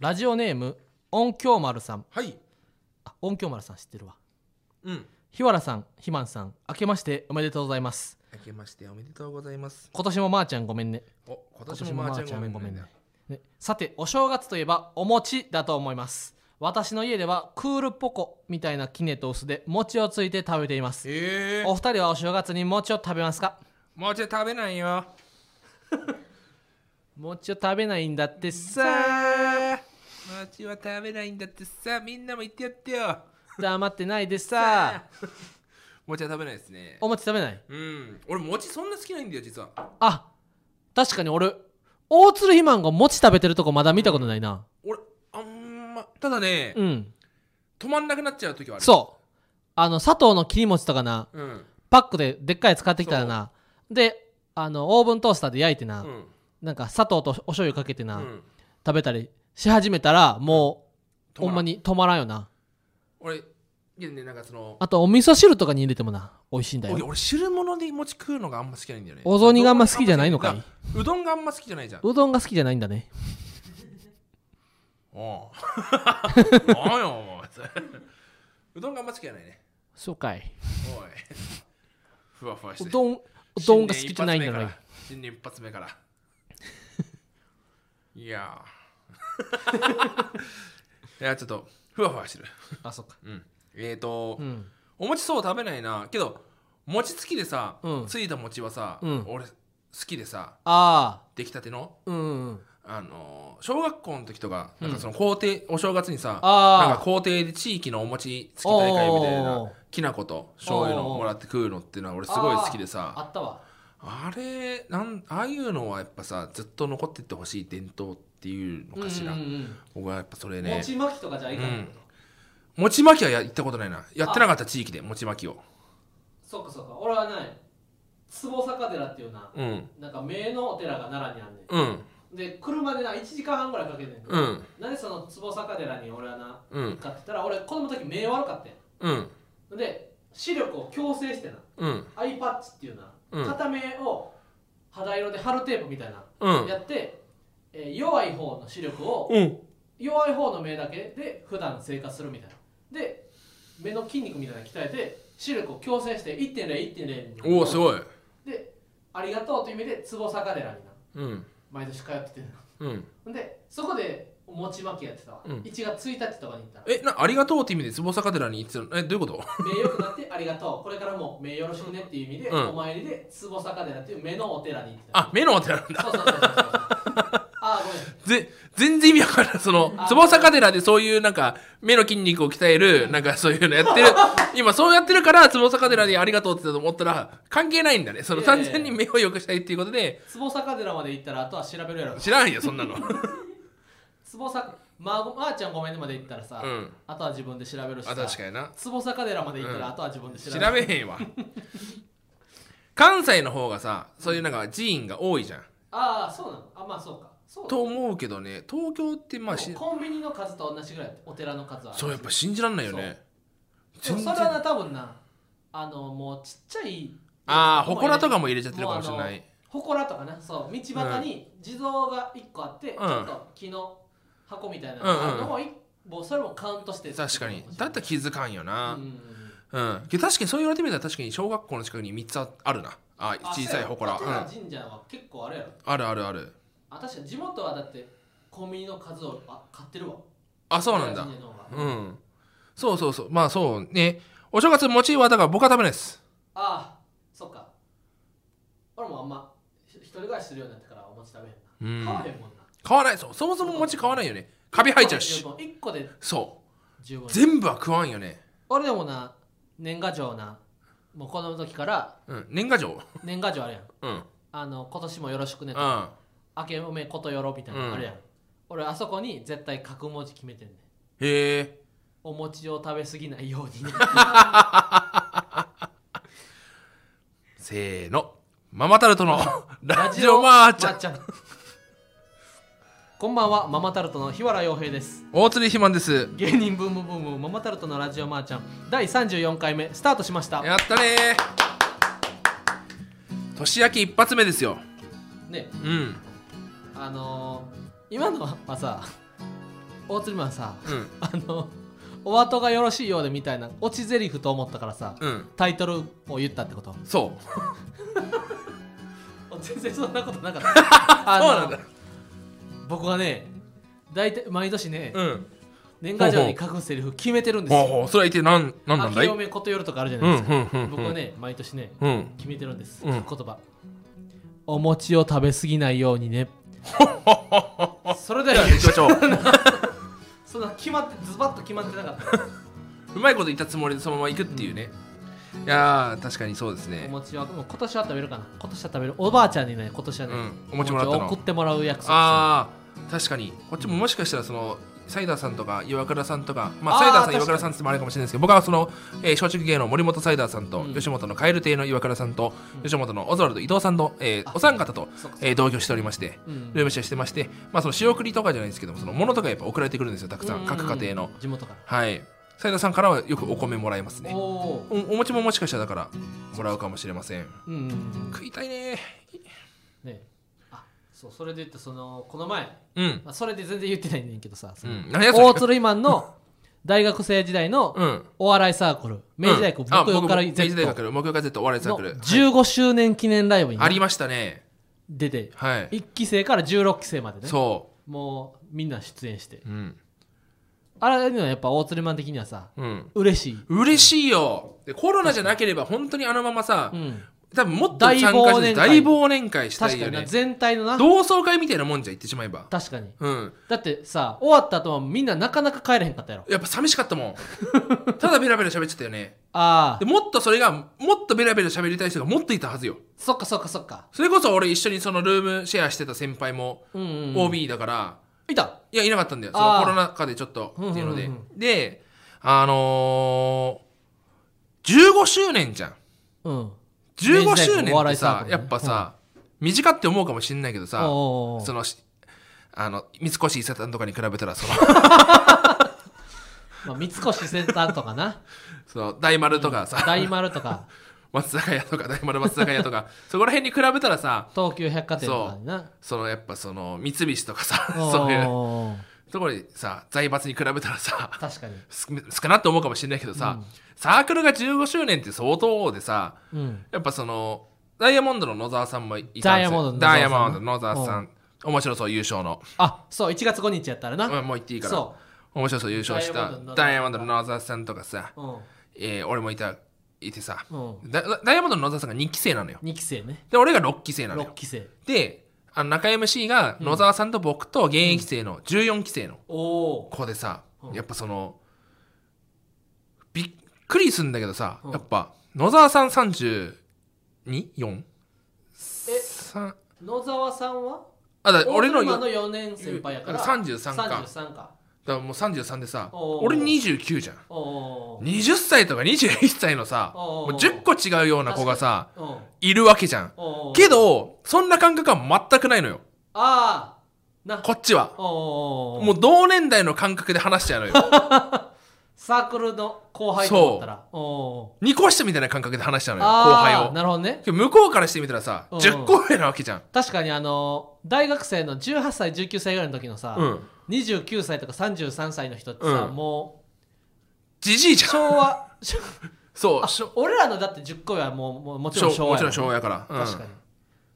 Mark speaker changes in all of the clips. Speaker 1: ラジオネーム音響丸さん
Speaker 2: はい
Speaker 1: あ音響丸さん知ってるわ
Speaker 2: うん
Speaker 1: 日原さんひまんさん明けましておめでとうございます
Speaker 2: 明けましておめでとうございます
Speaker 1: 今年もまーちゃんごめんね
Speaker 2: お今年もまーちゃんごめんね
Speaker 1: ねさてお正月といえばお餅だと思います私の家ではクールポコみたいなきねと薄で餅をついて食べています
Speaker 2: ええ
Speaker 1: お二人はお正月に餅を食べますか
Speaker 2: もうちょい食べないよ
Speaker 1: 餅を食べないんだってさ
Speaker 2: さあもうちは食べないんだってさみんなも言ってやってよ
Speaker 1: 黙ってないでさ
Speaker 2: もうちは食べないですね
Speaker 1: お餅食べない
Speaker 2: うん俺餅そんな好きないんだよ実は
Speaker 1: あ確かに俺大鶴ひまんが餅食べてるとこまだ見たことないな
Speaker 2: 俺あんまただね、
Speaker 1: うん
Speaker 2: 止まんなくなっちゃう時はある
Speaker 1: そうあの佐藤の切り餅とかな
Speaker 2: ううん
Speaker 1: パックででっかいやつ買ってきたらなであのオーブントースターで焼いてな、
Speaker 2: うん
Speaker 1: なんか砂糖とお醤油かけてな、
Speaker 2: うん
Speaker 1: 食べたりし始めたらもう
Speaker 2: 止まらん
Speaker 1: ほんまに止まらんよな
Speaker 2: 俺いやねなんかその
Speaker 1: あとお味噌汁とかに入れてもな美味しいんだ
Speaker 2: 俺
Speaker 1: よ
Speaker 2: 俺汁物で餅食うのがあんま好きじゃないんだよね
Speaker 1: お雑煮があんま好きじゃないのかいう
Speaker 2: どんがあんま好きじゃないじゃん
Speaker 1: うどんが好きじゃないんだね
Speaker 2: おうおいお前それうどんがあんま好きじゃないね
Speaker 1: そうかい
Speaker 2: おいふわふわし
Speaker 1: う
Speaker 2: て
Speaker 1: どんうどんが好きじゃないんだね
Speaker 2: 新年一発目から新年一発目から いやー いやちょっとふわふわしてる
Speaker 1: あそっか
Speaker 2: うんえーと、
Speaker 1: うん
Speaker 2: お餅そう食べないなけど餅つきでさ、
Speaker 1: うん
Speaker 2: ついた餅はさ、
Speaker 1: うん
Speaker 2: 俺好きでさ
Speaker 1: ああ
Speaker 2: 出来たての
Speaker 1: うんうんうん
Speaker 2: あのー小学校の時とかなんかその校庭、お正月にさ
Speaker 1: あー
Speaker 2: なんか校庭で地域のお餅つき大会みたい
Speaker 1: おー
Speaker 2: なきな粉と醤油のもらって食うのっていうのは俺すごい好きで
Speaker 1: あ
Speaker 2: さ
Speaker 1: ったわ
Speaker 2: あれなんああいうのはやっぱさずっと残ってってほしい伝統っていうのかしら、
Speaker 1: うんうん
Speaker 2: 僕はやっぱそれ
Speaker 1: うん
Speaker 2: ね
Speaker 1: 餅巻きとかじゃいかないけど
Speaker 2: 餅巻きはや行ったことないなやってなかった地域で餅巻きを
Speaker 1: そっかそっか俺はね坪坂寺っていうな
Speaker 2: うん
Speaker 1: なんか名のお寺が奈良にあんねん
Speaker 2: うん
Speaker 1: で車でな1時間半ぐらいかけてんねんけど
Speaker 2: うん
Speaker 1: なんでその坪坂寺に俺はな
Speaker 2: うん
Speaker 1: かって言ったら俺子供の時目悪かったん
Speaker 2: うん
Speaker 1: やで視力を矯正してな
Speaker 2: うん
Speaker 1: アイパッチっていうな、
Speaker 2: うん
Speaker 1: 片目を肌色で貼るテープみたいな、
Speaker 2: うん
Speaker 1: やって、えー弱い方の視力を
Speaker 2: うん
Speaker 1: 弱い方の目だけで普段生活するみたいなで目の筋肉みたいなの鍛えて視力を矯正して1.01.0
Speaker 2: おおす
Speaker 1: い
Speaker 2: ごい
Speaker 1: でありがとうという意味で坪坂寺にな
Speaker 2: うん
Speaker 1: 毎年通っててな
Speaker 2: うん
Speaker 1: ほんでそこで餅巻きやってたわ、
Speaker 2: うん
Speaker 1: 1月1日とかに行ったら
Speaker 2: えなありがとうって意味で坪坂寺に行ってたのえどういうこと
Speaker 1: 目良くなってありがとうこれからも目よろしくねっていう意味で、
Speaker 2: うん
Speaker 1: お参りで坪坂寺っていう目のお寺に行ってた
Speaker 2: あ目のお寺なんだ
Speaker 1: そうそうそうそうそうあーごめん
Speaker 2: ぜ全然意味わからんその
Speaker 1: あ
Speaker 2: 坪坂寺でそういうなんか目の筋肉を鍛えるなんかそういうのや ってる今そうやってるから坪坂寺でありがとうって言ったと思ったら関係ないんだねその
Speaker 1: いやい
Speaker 2: 単
Speaker 1: やいや
Speaker 2: 純に目を良くしたいっていうことで
Speaker 1: 坪坂寺まで行ったらあとは調べるやろ
Speaker 2: 知らんよそ んなの
Speaker 1: 坪坂まあ、まーちゃんごめんねまで行ったらさ、
Speaker 2: うん
Speaker 1: あとは自分で調べるしさ
Speaker 2: あ確かにな
Speaker 1: 坪坂寺まで行ったら
Speaker 2: うん
Speaker 1: あとは自分で調べ
Speaker 2: 調
Speaker 1: る、
Speaker 2: べへんわ関西の方がさそういうなんか寺院が多いじゃん
Speaker 1: ああそうなのあまあそうかそう
Speaker 2: と思うけどね東京ってまあし
Speaker 1: でもコンビニの数と同じぐらいお寺の数はある
Speaker 2: そうやっぱ信じらんないよね
Speaker 1: でも
Speaker 2: 全
Speaker 1: そ
Speaker 2: 然
Speaker 1: れはな多分なあのもうちっちゃい
Speaker 2: ああ祠とかも入れちゃってるかもしれな
Speaker 1: もう
Speaker 2: い
Speaker 1: あの祠とかなそう道端に地蔵が1個あって、ちょっと木の箱みたいなのがあるのも,、もうそれもカウントして
Speaker 2: 確かにだったら気づかんよな、
Speaker 1: うんうんうん
Speaker 2: うん、けど確かにそう言われてみたら確かに小学校の近くに3つああるなあ
Speaker 1: あ
Speaker 2: 小さい祠、
Speaker 1: そう
Speaker 2: う
Speaker 1: や
Speaker 2: ん
Speaker 1: お寺、神社は結構あれやろ
Speaker 2: あるあるある
Speaker 1: あ確かに地元はだってコンビニの数をあ買ってるわ
Speaker 2: あそうなんだ
Speaker 1: お寺神社の方が
Speaker 2: うんそうそうそうまあそうねお正月餅はだから僕は食べないです
Speaker 1: ああそっか俺もあんまひ一人暮らしするようになってからお餅食べへんな、買
Speaker 2: うん
Speaker 1: わへんもんな
Speaker 2: 買わないそうそもそも餅買わないよねカビ生えちゃうし
Speaker 1: 1個で
Speaker 2: そ
Speaker 1: 十分
Speaker 2: う全部は食わんよね、
Speaker 1: 俺でもな年賀状なもう子供の時から
Speaker 2: うん、年賀状
Speaker 1: 年賀状あるやん
Speaker 2: うんうん
Speaker 1: あの今年もよろしくねと
Speaker 2: あ
Speaker 1: 明けおめことよろみたいな
Speaker 2: うん
Speaker 1: のあるやん、俺あそこに絶対書く文字決めてんねん
Speaker 2: へえ
Speaker 1: お餅を食べ過ぎないようにね
Speaker 2: せーのママタルトのラジオマーちゃん
Speaker 1: まちゃんこんばんはママタルトの日原洋平です
Speaker 2: 大鶴ひまんです
Speaker 1: 芸人ブームブームママタルトのラジオまーちゃん第34回目スタートしました
Speaker 2: やったねー年明け一発目ですよ
Speaker 1: ね
Speaker 2: うん
Speaker 1: あのー、今のはさ大鶴マンさ
Speaker 2: うん
Speaker 1: あのお後がよろしいようでみたいな落ちゼリフと思ったからさ、
Speaker 2: うん
Speaker 1: タイトルを言ったってこと
Speaker 2: そう
Speaker 1: 全然そんなことなかった あの
Speaker 2: そうなんだ
Speaker 1: 僕はね大体毎年ね、
Speaker 2: うん
Speaker 1: 年賀状に書くセリフ決めてるんです
Speaker 2: ほう
Speaker 1: よ
Speaker 2: ほうそれは一体何何なん
Speaker 1: 秋
Speaker 2: だいうん
Speaker 1: 嫁ことよるとかあるじゃ
Speaker 2: う
Speaker 1: ない
Speaker 2: ん
Speaker 1: ですか、
Speaker 2: うんうん
Speaker 1: 僕はね毎年ね
Speaker 2: うん
Speaker 1: 決めてるんです、
Speaker 2: うん
Speaker 1: 書く言葉お餅を食べ過ぎないように ねそれで
Speaker 2: じゃ あ行きましょう
Speaker 1: そんな決まってズバッと決まってなかった
Speaker 2: うまいこと言ったつもりでそのまま行くっていうね、いやー確かにそうです
Speaker 1: お
Speaker 2: ね
Speaker 1: 餅はもう今年は食べるかな今年は食べるおばあちゃんにね今年はね、
Speaker 2: うんお餅もらった
Speaker 1: お
Speaker 2: の
Speaker 1: を送ってもらう約束
Speaker 2: あー確かにこっちももしかしたらそのサイダーさんとか岩倉さんとかま
Speaker 1: あ
Speaker 2: あ
Speaker 1: ー
Speaker 2: サイダーさ
Speaker 1: 確
Speaker 2: ん岩
Speaker 1: かに
Speaker 2: 倉さんってもあるかもしれないですけど僕はその、えー松竹芸能森本サイダーさんと、
Speaker 1: うん
Speaker 2: 吉本の蛙亭の岩倉さんと、
Speaker 1: うん
Speaker 2: 吉本のオズワルド伊藤さんと、えー
Speaker 1: あ
Speaker 2: お三方と
Speaker 1: そうかそうか、
Speaker 2: えー同居しておりまして
Speaker 1: するうん
Speaker 2: ルームシェアしてましてまあその仕送りとかじゃないですけどもその物とかやっぱ送られてくるんですよたくさ
Speaker 1: うんん
Speaker 2: 各家庭の
Speaker 1: 地元か
Speaker 2: はいサイダーさんからはよくお米もらえます
Speaker 1: ら、
Speaker 2: ね
Speaker 1: おお
Speaker 2: おお餅ももしかしたらだからもらうかもしれません
Speaker 1: うんうんうん
Speaker 2: 食いたいね
Speaker 1: ねあそうそれで言ってそのこの前、
Speaker 2: うん
Speaker 1: まあ、それで全然言ってないねんけどさ、その
Speaker 2: うん何やそれ
Speaker 1: 大鶴イマンの大学生時代の
Speaker 2: うん
Speaker 1: お笑いサークル、明治大学
Speaker 2: うんあ
Speaker 1: 木曜から
Speaker 2: 僕明治大
Speaker 1: Z
Speaker 2: 学木曜から Z お笑いサー
Speaker 1: の
Speaker 2: クル
Speaker 1: 15周年記念ライブに
Speaker 2: ありましたね
Speaker 1: 出て、
Speaker 2: はい
Speaker 1: 1期生から16期生までね
Speaker 2: そ
Speaker 1: もうみんな出演して
Speaker 2: ううん
Speaker 1: あれにはやっぱ大鶴イマン的にはさ
Speaker 2: うん
Speaker 1: 嬉しい、
Speaker 2: 嬉しいよでコロナじゃなければ本当にあのままさ
Speaker 1: うん、
Speaker 2: 多分もっと参加して
Speaker 1: 大忘年会
Speaker 2: 大忘年会した
Speaker 1: 確
Speaker 2: い
Speaker 1: か
Speaker 2: よ
Speaker 1: にな
Speaker 2: ね
Speaker 1: 全体のな
Speaker 2: 同窓会みたいなもんじゃ言ってしまえば
Speaker 1: 確かに
Speaker 2: うん
Speaker 1: だってさ終わった後はみんななかなか帰れへんかったやろ
Speaker 2: やっぱ寂しかったもんただベラベラ喋っちゃったよね
Speaker 1: あ
Speaker 2: で
Speaker 1: あ
Speaker 2: もっとそれがもっとベラベラ喋りたい人がもっといたはずよ
Speaker 1: そっかそっかそっか
Speaker 2: それこそ俺一緒にそのルームシェアしてた先輩も
Speaker 1: うんうん、うん、
Speaker 2: OB だから、
Speaker 1: いた
Speaker 2: いや、いなかったんだよ。そ
Speaker 1: あー
Speaker 2: のコロナ禍でちょっとっていうの
Speaker 1: う
Speaker 2: で
Speaker 1: んうんうん。
Speaker 2: で、あのー、15周年じゃん。
Speaker 1: うん
Speaker 2: 15周
Speaker 1: 明治大学
Speaker 2: 年
Speaker 1: お
Speaker 2: っ
Speaker 1: 笑
Speaker 2: て
Speaker 1: いサー
Speaker 2: さ
Speaker 1: ク、ルね
Speaker 2: やっぱさ、短って思うかもしんないけど
Speaker 1: おう
Speaker 2: さ、
Speaker 1: おうおう
Speaker 2: その、しあの、三越伊勢丹とかに比べたら、その、
Speaker 1: まあ、三越先端とか な
Speaker 2: その大丸とかさ、
Speaker 1: 大丸とか
Speaker 2: 松坂屋とか、大丸松坂屋と か、そこら辺に比べたらさ、
Speaker 1: 東急百貨店とかにな
Speaker 2: そのやっぱその三菱とかさ、
Speaker 1: お
Speaker 2: そういう
Speaker 1: おう
Speaker 2: ところにさ、財閥に比べたらさ、
Speaker 1: 確かに
Speaker 2: す少なって思うかもしれないけどさ、
Speaker 1: うん
Speaker 2: サークルが15周年って相当でさ
Speaker 1: うん
Speaker 2: やっぱそのダイヤモンドの野沢さんもいたんですよ
Speaker 1: ダイヤモンドの野沢さん
Speaker 2: ダイヤモンドの野沢さん面白そう優勝の、
Speaker 1: あそう1月5日やったらな、
Speaker 2: うん、もう言っていいから
Speaker 1: そ
Speaker 2: 面白そう優勝し
Speaker 1: ダイヤ
Speaker 2: た
Speaker 1: モンドの野沢さん
Speaker 2: ダイヤモンドの野沢さんとかさ、
Speaker 1: う、うん
Speaker 2: えー俺もいたいてさ
Speaker 1: う
Speaker 2: だダイヤモンドの野沢さんが2期生なのよ
Speaker 1: ん、2期生ね
Speaker 2: で俺が6期生なの
Speaker 1: 6
Speaker 2: よ
Speaker 1: 期生
Speaker 2: であの中 MC が野沢さんと僕と現役生の14期生の
Speaker 1: おお
Speaker 2: 子でさ、
Speaker 1: うん
Speaker 2: やっぱそのびっくりすんだけどさ、
Speaker 1: うん
Speaker 2: やっぱ野沢さん 32?4?
Speaker 1: え
Speaker 2: 三
Speaker 1: 野沢さんは
Speaker 2: あだ俺の
Speaker 1: 大島
Speaker 2: よだ
Speaker 1: の4年先輩やから
Speaker 2: 33か
Speaker 1: 33か
Speaker 2: からもう33でさ
Speaker 1: おー
Speaker 2: 俺29じゃん
Speaker 1: おお
Speaker 2: 20歳とか21歳のさ
Speaker 1: おー
Speaker 2: もう10個違うような子がさ
Speaker 1: うん
Speaker 2: いるわけじゃん
Speaker 1: おうおう
Speaker 2: けどそんな感覚は全くないのよ
Speaker 1: ああな
Speaker 2: こっちは
Speaker 1: おうおうおう
Speaker 2: もう同年代の感覚で話しちゃうの よ
Speaker 1: サークルの後輩と思ったらおうおう
Speaker 2: 二個下みたいな感覚で話しちゃうのよ後輩
Speaker 1: ああ
Speaker 2: を
Speaker 1: なるほどね
Speaker 2: けど向こうからしてみたらさ
Speaker 1: うん
Speaker 2: 10個上なわけじゃん
Speaker 1: 確かにあの大学生の18歳19歳ぐらいの時のさ、
Speaker 2: うん
Speaker 1: 29歳とか33歳の人ってさ、
Speaker 2: うん
Speaker 1: も
Speaker 2: じじいうじゃん
Speaker 1: 昭 和昭
Speaker 2: そう
Speaker 1: あ
Speaker 2: しょ
Speaker 1: 俺らのだって10個はもうもうもちろん昭和
Speaker 2: もち
Speaker 1: や
Speaker 2: ろ
Speaker 1: も
Speaker 2: ん
Speaker 1: ん
Speaker 2: 昭和やから、うん
Speaker 1: 確かに
Speaker 2: だか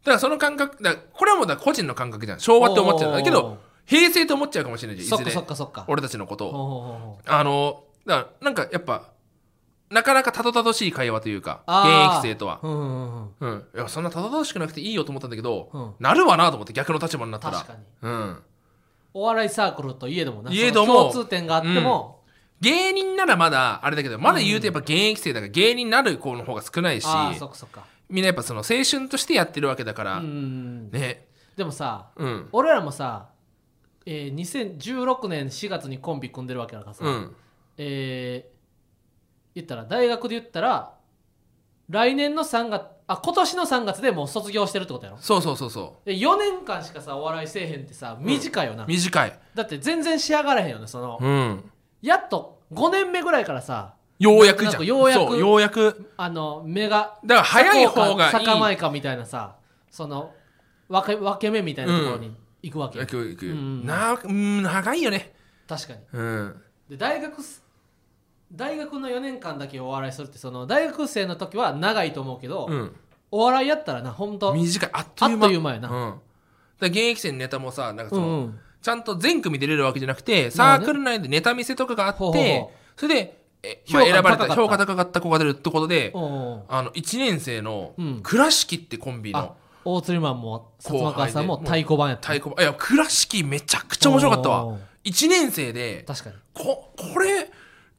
Speaker 2: らその感覚だからこれはもうだから個人の感覚じゃん昭和って思っちゃう
Speaker 1: おー
Speaker 2: だけど平成と思っちゃうかもしれないじゃ
Speaker 1: そ
Speaker 2: ん
Speaker 1: っ
Speaker 2: い
Speaker 1: か
Speaker 2: ず
Speaker 1: そ
Speaker 2: れ
Speaker 1: っかそっか
Speaker 2: 俺たちのこと
Speaker 1: ほう
Speaker 2: を
Speaker 1: ほうほうほう
Speaker 2: あのだからなんかやっぱなかなかたどたどしい会話というか
Speaker 1: あー
Speaker 2: 現役生とは、
Speaker 1: うんうんうん
Speaker 2: うん、いやそんなたどたどしくなくていいよと思ったんだけど、
Speaker 1: うん
Speaker 2: なるわなと思って逆の立場になったら
Speaker 1: 確かに
Speaker 2: うん、
Speaker 1: お笑いサークルといえどもない
Speaker 2: えども
Speaker 1: 共通点があっても、
Speaker 2: 芸人ならまだあれだけどまだ言うとやっぱ現役生だから芸人になる子の方が少ないし
Speaker 1: ああそっかそっか
Speaker 2: みんなやっぱその青春としてやってるわけだか
Speaker 1: う
Speaker 2: ら、
Speaker 1: んうんうん
Speaker 2: ね
Speaker 1: でもさ
Speaker 2: うん
Speaker 1: 俺らもさ、えー、2016年4月にコンビ組んでるわけだからさ、
Speaker 2: うん
Speaker 1: えー、言ったら大学で言ったら来年の3月あ今年の3月でもう卒業してるってことやろ
Speaker 2: そうそうそうそ
Speaker 1: で4年間しかさお笑いせえへんってさ短いよな、
Speaker 2: う短い
Speaker 1: だって全然仕上がらへんよねその、
Speaker 2: うん
Speaker 1: やっと5年目ぐらいからさ
Speaker 2: ようやくじ
Speaker 1: なん
Speaker 2: ゃ
Speaker 1: か
Speaker 2: ん
Speaker 1: ようやく
Speaker 2: そうようやく
Speaker 1: あの目が
Speaker 2: だから早い方がいい
Speaker 1: 坂前かみたいなさその分け分け目みたいなところに行くわけよ、
Speaker 2: ようやくようや
Speaker 1: う
Speaker 2: く
Speaker 1: ん
Speaker 2: なうん長いよね
Speaker 1: 確かに
Speaker 2: うん
Speaker 1: で大学す大学の4年間だけお笑いするってその大学生の時は長いと思うけど、
Speaker 2: うん
Speaker 1: お笑いやったらな本当
Speaker 2: 短いあっと
Speaker 1: あ
Speaker 2: いう
Speaker 1: っ
Speaker 2: 間
Speaker 1: という間やな、
Speaker 2: うん、だから現役生のネタもさなんかその、
Speaker 1: うんうん
Speaker 2: ちゃんと全組出れるわけじゃなくて
Speaker 1: ま
Speaker 2: サ
Speaker 1: あね
Speaker 2: ークル内でネタ見せとかがあって、
Speaker 1: ほうほうほ
Speaker 2: それでえ、
Speaker 1: 評
Speaker 2: まあ、
Speaker 1: 価
Speaker 2: 選ばれ
Speaker 1: 高かった
Speaker 2: た評価高かった子が出るってことで、
Speaker 1: おうおう
Speaker 2: あの1年生の
Speaker 1: うん
Speaker 2: 倉敷ってコンビ
Speaker 1: あ
Speaker 2: の
Speaker 1: 大鶴マンも薩
Speaker 2: 後輩で
Speaker 1: 摩川さんも太鼓判やった
Speaker 2: 太鼓判いや倉敷めちゃくちゃ面白かった
Speaker 1: お
Speaker 2: わ
Speaker 1: ー
Speaker 2: 1年生で
Speaker 1: 確かに
Speaker 2: ここれ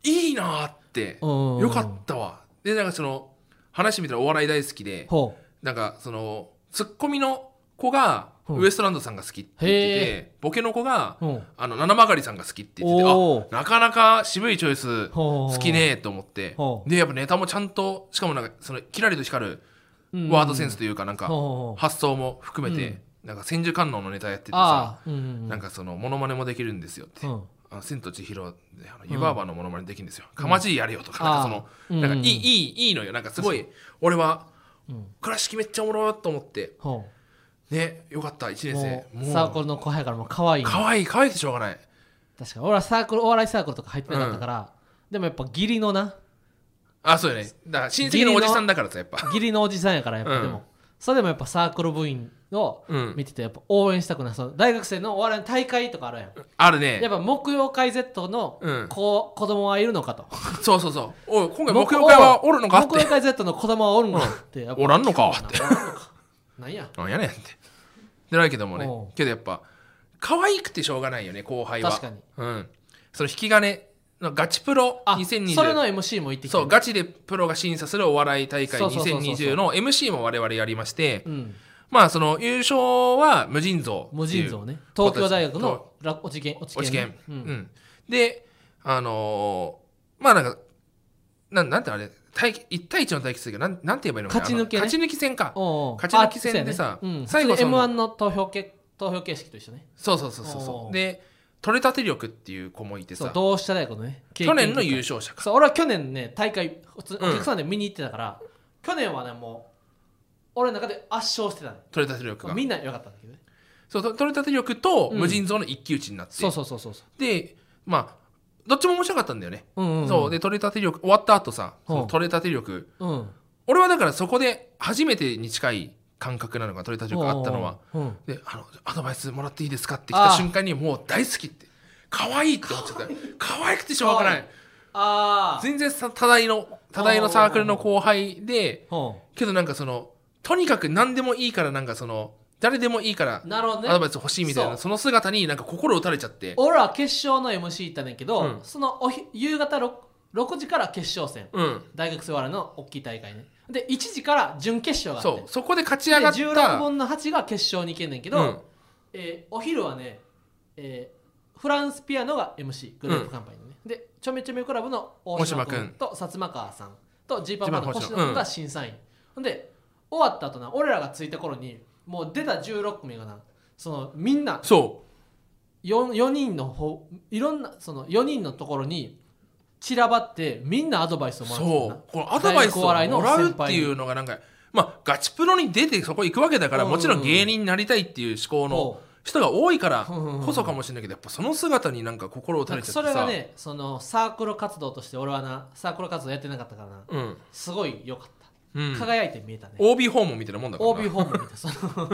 Speaker 2: いいなーって
Speaker 1: うん
Speaker 2: よかったわでなんかその話見たらお笑い大好きで
Speaker 1: ほう
Speaker 2: なんかそのツッコミの子が
Speaker 1: うん
Speaker 2: ウエストランドさんが好きって言って
Speaker 1: へ
Speaker 2: てボケの子が
Speaker 1: うん
Speaker 2: あの七曲りさんが好きって言って
Speaker 1: お
Speaker 2: て
Speaker 1: ー
Speaker 2: あなかなか渋いチョイス
Speaker 1: ほう
Speaker 2: 好きねーと思って
Speaker 1: ほう
Speaker 2: でやっぱネタもちゃんとしかもなんかそのキラリと光る
Speaker 1: うん
Speaker 2: ワードセンスというかなんか
Speaker 1: ほうほうほう
Speaker 2: 発想も含めて、なんか千手観音のネタやっててさ
Speaker 1: ああうんうん
Speaker 2: なんかそのモノマネもできるんですよって、
Speaker 1: うん
Speaker 2: あの千と千尋であの湯婆婆のモノマネできるんですよ、かまじいやれよとか、なんかその
Speaker 1: ああ
Speaker 2: なん
Speaker 1: う
Speaker 2: か
Speaker 1: ん
Speaker 2: いいいいいいのよなんかすごい俺は
Speaker 1: うん
Speaker 2: 倉敷めっちゃおもろいと思って
Speaker 1: ほ
Speaker 2: ねよかった1
Speaker 1: う
Speaker 2: 年
Speaker 1: も
Speaker 2: 生
Speaker 1: うサークルの後輩からも可愛い
Speaker 2: かわいいかわいくてしょうがない
Speaker 1: 確かに俺はサークルお笑いサークルとか入ってなかったから、でもやっぱ義理のな
Speaker 2: あそうよねだから親戚のおじさんだからさやっぱ
Speaker 1: 義理のおじさんやからやっぱ、
Speaker 2: うん
Speaker 1: でもそれでもやっぱサークル部員を
Speaker 2: うん
Speaker 1: 見ててやっぱ応援したくなるその大学生のお笑いの大会とかあるやん
Speaker 2: あるね
Speaker 1: やっぱ木曜会 Z の
Speaker 2: うん
Speaker 1: 子,、子供はいるのかと
Speaker 2: そうそうそうおい今回目標会はおるのかっ
Speaker 1: 木曜
Speaker 2: て
Speaker 1: 会 Z の子供はおるのかってやっぱ
Speaker 2: おらんのかって
Speaker 1: おらんのかなんや
Speaker 2: なんやねんって。でないけども
Speaker 1: おう
Speaker 2: ね。けどやっぱ、可愛くてしょうがないよね、後輩は。
Speaker 1: 確かに。
Speaker 2: うん。その引き金のガチプロ
Speaker 1: あ
Speaker 2: 2020。
Speaker 1: それの MC も行ってきて
Speaker 2: そう、ガチでプロが審査するお笑い大会
Speaker 1: そうそうそうそう
Speaker 2: 2020の MC も我々やりまして、
Speaker 1: うん、
Speaker 2: まあその優勝は無尽蔵っていう。
Speaker 1: 無尽蔵ね東京大学の落落ち研
Speaker 2: お知見、
Speaker 1: う
Speaker 2: うんんであのーまあなんかなんなんてあれ対1対1の対決するけどなんなんて言えばいいのかな
Speaker 1: 勝ち抜けね
Speaker 2: あの勝ち抜き戦か
Speaker 1: おうおう
Speaker 2: 勝ち抜き戦でさ
Speaker 1: あそうやねうん、
Speaker 2: 最後
Speaker 1: そ
Speaker 2: そ
Speaker 1: れ
Speaker 2: の
Speaker 1: M1 の投票け投票形式と一緒ね
Speaker 2: そうそうそうそう
Speaker 1: お
Speaker 2: そううで取れたて力っていう子もいて
Speaker 1: そう
Speaker 2: さ
Speaker 1: 同志社大学のね
Speaker 2: 去年の優
Speaker 1: 勝
Speaker 2: 勝者か
Speaker 1: そう俺は去年ね大会普通に
Speaker 2: うん
Speaker 1: お客さんで見に行ってたから、去年はねもう俺の中で圧勝してたの
Speaker 2: 取れたて力が
Speaker 1: みんな良かったんだけどね
Speaker 2: そうと取れたて力と
Speaker 1: うん
Speaker 2: 無尽蔵の一騎打ちになって、
Speaker 1: そうそうそうそうそ
Speaker 2: でまあどっちも面白かったんだよね、
Speaker 1: う,、うんうん、
Speaker 2: そうで取れたて力終わった後さ
Speaker 1: うん
Speaker 2: その取れたて力
Speaker 1: うん
Speaker 2: 俺はだからそこで初めてに近い感覚なのが取れたて力があったのは
Speaker 1: おうおううん
Speaker 2: であのアドバイスもらっていいですかって来
Speaker 1: あ
Speaker 2: た
Speaker 1: ー
Speaker 2: 瞬間にもう大好きって可愛いって思っちゃった可愛くてしょうがない
Speaker 1: ああ
Speaker 2: 全然さ多大の多大のサークルの後輩で
Speaker 1: ほ
Speaker 2: けどなんかそのとにかく何でもいいからなんかその誰でもいいから
Speaker 1: うなるほど
Speaker 2: アド
Speaker 1: ね
Speaker 2: バイス欲しいみたいな
Speaker 1: そ
Speaker 2: そうの姿になんか心打たれちゃって
Speaker 1: 俺は決勝の MC 行ったねんけど、
Speaker 2: うん
Speaker 1: そのおひ夕方 6, 6時から決勝戦
Speaker 2: うん
Speaker 1: 大学生我の大きい大会ねで1時から準決勝があって
Speaker 2: そうそこで勝ち
Speaker 1: で
Speaker 2: 上がった
Speaker 1: 16分の8が決勝に行けんねんけど、
Speaker 2: うん
Speaker 1: えーお昼はね、えーフランスピアノが MC グループカンパニーのね、でちょめちょめクラブの大島
Speaker 2: 大島
Speaker 1: 君
Speaker 2: 君
Speaker 1: と薩摩川さんとジーパンマンの星
Speaker 2: ジー
Speaker 1: 野
Speaker 2: パンマン
Speaker 1: 君
Speaker 2: 星野
Speaker 1: が審査員、ほんで終わった後な俺らが着いた頃にもう出た16組がなそのみんな
Speaker 2: そ
Speaker 1: 4, 4人のほいろんなその4人のところに散らばってみんなアドバイスを
Speaker 2: う
Speaker 1: もらってたな
Speaker 2: そうこのアドバイスをもらうっ
Speaker 1: 大
Speaker 2: て
Speaker 1: 学お笑いの先輩
Speaker 2: いうのがなんかまあガチプロに出てそこ行くわけだから
Speaker 1: うん
Speaker 2: もちろん芸人になりたいっていう思考の
Speaker 1: ほ
Speaker 2: 人が多いから
Speaker 1: うん
Speaker 2: こそかもしれないけどやっぱその姿になんか心打た
Speaker 1: なん
Speaker 2: れ
Speaker 1: か
Speaker 2: ちゃって
Speaker 1: そ
Speaker 2: さ
Speaker 1: れがねそのサークル活動として俺はなサークル活動やってなかったからな
Speaker 2: うん
Speaker 1: すごい良かった、
Speaker 2: うん
Speaker 1: 輝いて見えたね
Speaker 2: OB 訪問みたいなもんだからな
Speaker 1: OB ホームみたいなその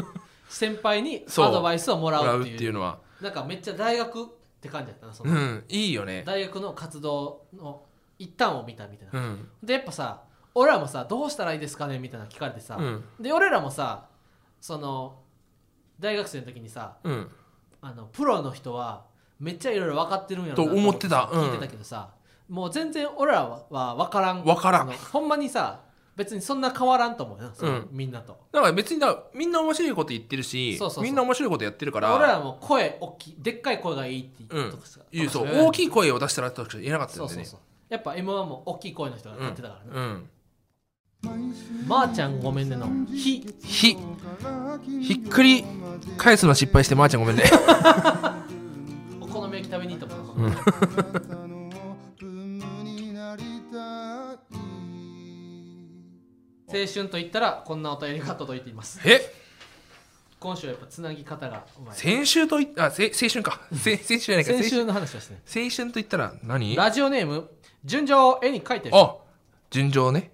Speaker 1: 先輩にア
Speaker 2: そう
Speaker 1: ドバイスをもら
Speaker 2: もら
Speaker 1: う
Speaker 2: う
Speaker 1: っ
Speaker 2: ってて
Speaker 1: いう
Speaker 2: いうのは
Speaker 1: なんかめっちゃ大学って感じだったなその、
Speaker 2: うんいいよね
Speaker 1: 大学の活動の一端を見たみたいな、
Speaker 2: うん
Speaker 1: でやっぱさ俺らもさどうしたらいいですかねみたいなの聞かれてさ、
Speaker 2: うん
Speaker 1: で俺らもさその大学生の時にさ
Speaker 2: うん
Speaker 1: あのプロの人はめっちゃいろいろ分かってるんやろな
Speaker 2: と思ってたうん
Speaker 1: 聞いてたけどさ、もう全然俺らは分からん
Speaker 2: 分からん
Speaker 1: あのほんまにさ別にそんな変わらんと思うよな、その
Speaker 2: うん
Speaker 1: みんなと
Speaker 2: だから別にだみんな面白いこと言ってるし
Speaker 1: そうそうそう
Speaker 2: みんな面白いことやってるか
Speaker 1: 俺
Speaker 2: ら
Speaker 1: らも声大きいでっかい声がいいって言
Speaker 2: う
Speaker 1: っ
Speaker 2: ん
Speaker 1: てとかさ、
Speaker 2: いうそう
Speaker 1: と
Speaker 2: 大
Speaker 1: かさ
Speaker 2: きい声を出したらとか言えなかった
Speaker 1: そ
Speaker 2: ん
Speaker 1: う
Speaker 2: で
Speaker 1: そう
Speaker 2: ね
Speaker 1: そうやっぱ m 1も大きい声の人が歌ってたからね、
Speaker 2: うん
Speaker 1: まー、ちゃんごめんねの「ひ
Speaker 2: ひひっくり 返すの失敗してまーちゃん ごめんね」
Speaker 1: お好み焼き食べに行ったもん、
Speaker 3: たの文具になりたい
Speaker 1: 青春と言ったらこんなお便りが届いています
Speaker 2: え
Speaker 1: 今週はやっぱつなぎ方がうまい
Speaker 2: 先週といあせ青春かせ先週じゃないか
Speaker 1: 先
Speaker 2: 青春
Speaker 1: 週の話ですね
Speaker 2: 青春と言ったら何あ
Speaker 1: ラジオネーム純情を絵に描いてる
Speaker 2: 順調ね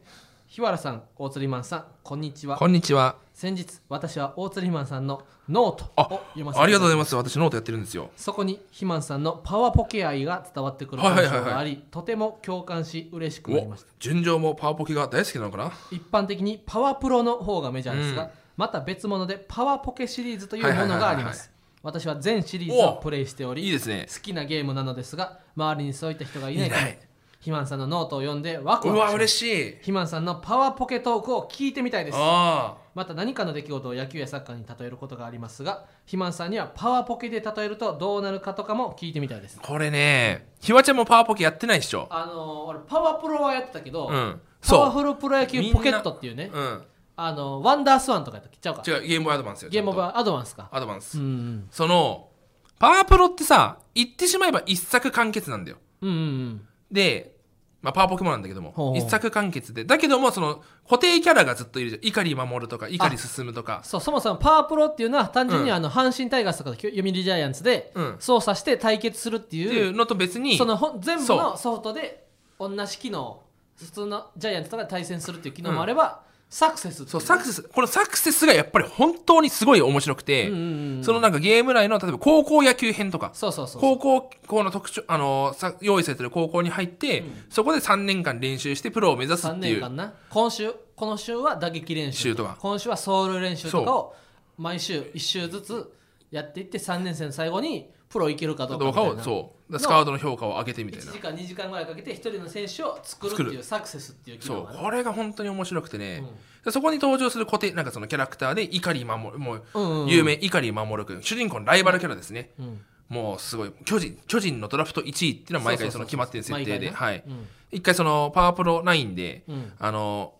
Speaker 1: 日原さん大釣りマンさんこんにちは
Speaker 2: こんにちは
Speaker 1: 先日私は大釣りマンさんのノート
Speaker 2: あ
Speaker 1: を読ませて
Speaker 2: ありがとうござい
Speaker 1: ま
Speaker 2: ます私ノートやってるんですよ
Speaker 1: すそこにひまんさんのパワーポケ愛が伝わってくる
Speaker 2: はい
Speaker 1: 文
Speaker 2: はい
Speaker 1: 章
Speaker 2: はいはい
Speaker 1: がありとても共感し嬉しくなり
Speaker 2: お
Speaker 1: ました
Speaker 2: 順調もパワポケが大好きなのかな
Speaker 1: 一般的にパワープロの方がメジャーですが、
Speaker 2: うん
Speaker 1: また別物でパワーポケシリーズというものがあります私は全シリーズをプレイしており
Speaker 2: いいですね
Speaker 1: 好きなゲームなのですが周りにそういった人がいない
Speaker 2: い
Speaker 1: か
Speaker 2: な
Speaker 1: ら
Speaker 2: い
Speaker 1: ひまんさんのノートを読んでワク
Speaker 2: う
Speaker 1: ワクします
Speaker 2: わ嬉しい
Speaker 1: ひまんさんのパワーポケトークを聞いてみたいです
Speaker 2: あ
Speaker 1: また何かの出来事を野球やサッカーに例えることがありますがひまんさんにはパワーポケで例えるとどうなるかとかも聞いてみたいです
Speaker 2: あこれねひわちゃんもパワポケやってないでしょ
Speaker 1: あのー俺パワープロはやってたけど、
Speaker 2: うん
Speaker 1: パワ
Speaker 2: そ
Speaker 1: フルプロ野球ポケットっていう
Speaker 2: う
Speaker 1: ね、
Speaker 2: うん
Speaker 1: あのーワンダースワンとかやったっけちゃうか
Speaker 2: 違うゲームボーイアドバンスよ
Speaker 1: ゲームオ
Speaker 2: ちゃん
Speaker 1: ブアドバンスか
Speaker 2: とアドバンス
Speaker 1: うんうん
Speaker 2: そのパワープロってさ言ってしまえば一作完結なんだよ
Speaker 1: うんうんうん
Speaker 2: で、まあ、パワーポケモンなんだけども
Speaker 1: ほうほう
Speaker 2: 一作完結でだけどもその固定キャラがずっといるじゃん碇守るとか碇進むとか
Speaker 1: そうそもそもパワープロっていうのは単純に
Speaker 2: うん
Speaker 1: あの阪神タイガースとか読売ジャイアンツで
Speaker 2: うん
Speaker 1: 操作して対決するって
Speaker 2: ってい
Speaker 1: いう
Speaker 2: うのと別に
Speaker 1: そのほん全部
Speaker 2: そ
Speaker 1: のソフトで同じ機能普通のジャイアンツとかで対戦するっていう機能もあれば、サクセスってい
Speaker 2: そうサクセスこのサクセスがやっぱり本当にすごい面白くて、
Speaker 1: うんうんうん
Speaker 2: そのなんかゲーム内の例えば高校野球編とか
Speaker 1: そうそうそう
Speaker 2: 高校この特徴あのさ用意されてる高校に入って、そこで3年間練習してプロを目指すっ
Speaker 1: 3
Speaker 2: てい
Speaker 1: 年
Speaker 2: う
Speaker 1: 間な今週この週は打撃練習
Speaker 2: 週とか
Speaker 1: 今週は走塁練習とかを毎週1週ずつやっていって3年生の最後にプロいけるかどうか
Speaker 2: ど
Speaker 1: み
Speaker 2: う
Speaker 1: た
Speaker 2: か
Speaker 1: い
Speaker 2: を
Speaker 1: な
Speaker 2: そうスカウトの評価を上げてみたい
Speaker 1: 1
Speaker 2: な
Speaker 1: 時間2時間ぐらいかけて1人の選手を作るって
Speaker 2: 作
Speaker 1: いうサクセスっていう機
Speaker 2: そ
Speaker 1: 能
Speaker 2: う
Speaker 1: がね
Speaker 2: これが本当に面白くてね、でそこに登場する固定なんかそのキャラクターで碇守もう
Speaker 1: うんうんうん
Speaker 2: 有名碇守君主人公のライバルキャラですね、
Speaker 1: ん
Speaker 2: もうすごい巨人巨人のドラフト1位っていうのは毎回その決まってる設定で
Speaker 1: そうそうそうそう
Speaker 2: は
Speaker 1: 毎
Speaker 2: い
Speaker 1: 回ねうん
Speaker 2: 一回そのパワープロ9で、
Speaker 1: うん
Speaker 2: あの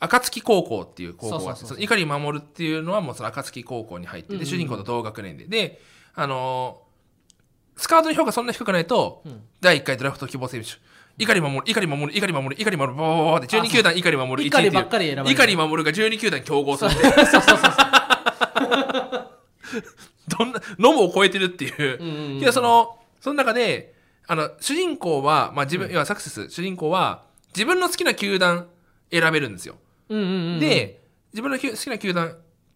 Speaker 2: 暁高校っていう高校が
Speaker 1: そうそ
Speaker 2: あって
Speaker 1: うそうそう
Speaker 2: その碇守っていうのはもうその暁高校に入ってて、
Speaker 1: うんうん
Speaker 2: 主人公と同学年でであのスカウトの評価そんな低くないと、第1回ドラフト希望選手碇守る碇守る碇守る碇守るバババババって12球団碇守る1位ってい
Speaker 1: 碇
Speaker 2: う
Speaker 1: ばっかり選ばれる
Speaker 2: 碇守るが12球団競合す るどんなのもを超えてるっていう,、
Speaker 1: んうんうん
Speaker 2: いやそのその中であの主人公は、まあ、自分、要はサクセス主人公は自分の好きな球団選べるんですよ、
Speaker 1: うんうんうんうん
Speaker 2: で自分のきゅ好きな球団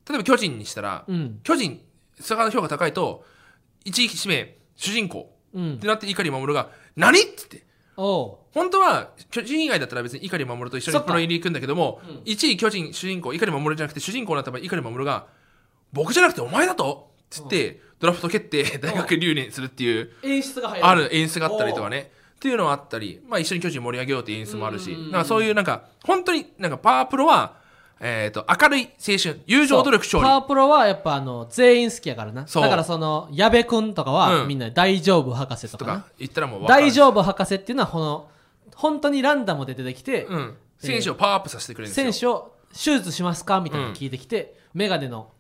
Speaker 2: 例えば巨人にしたら、
Speaker 1: うん
Speaker 2: 巨人スカウト評価高いと1位指名主人公
Speaker 1: うん
Speaker 2: ってなって碇守が「何?」っつって
Speaker 1: おう
Speaker 2: 本当は巨人以外だったら別に碇守と一緒
Speaker 1: そ
Speaker 2: に
Speaker 1: っか
Speaker 2: プロ入り行くんだけども、
Speaker 1: うん
Speaker 2: 1位巨人主人公碇守じゃなくて主人公になった場合碇守が「僕じゃなくてお前だと!」っつってドラフト蹴って大学留年するっていう
Speaker 1: 演出が入る
Speaker 2: ある演出があったりとかねっていうのはあったり、まあ、一緒に巨人盛り上げようっていう演出もあるし
Speaker 1: うんうんうん
Speaker 2: なんかそういうなんか本当になんかパワープロは、えー、と明るい青春友情努力勝利
Speaker 1: パワープロはやっぱあの全員好きやからな
Speaker 2: そう
Speaker 1: だからその矢部君とかは、
Speaker 2: うん
Speaker 1: みんな大丈夫博士と
Speaker 2: と
Speaker 1: かな
Speaker 2: か言ったらもう分かる
Speaker 1: 大丈夫博士っていうのはこの本当にランダムで出てきて、
Speaker 2: うん、選手をパワーアップさせてくれるんですよ
Speaker 1: 選手を手術しますかみたいなの聞いてきて、メガネの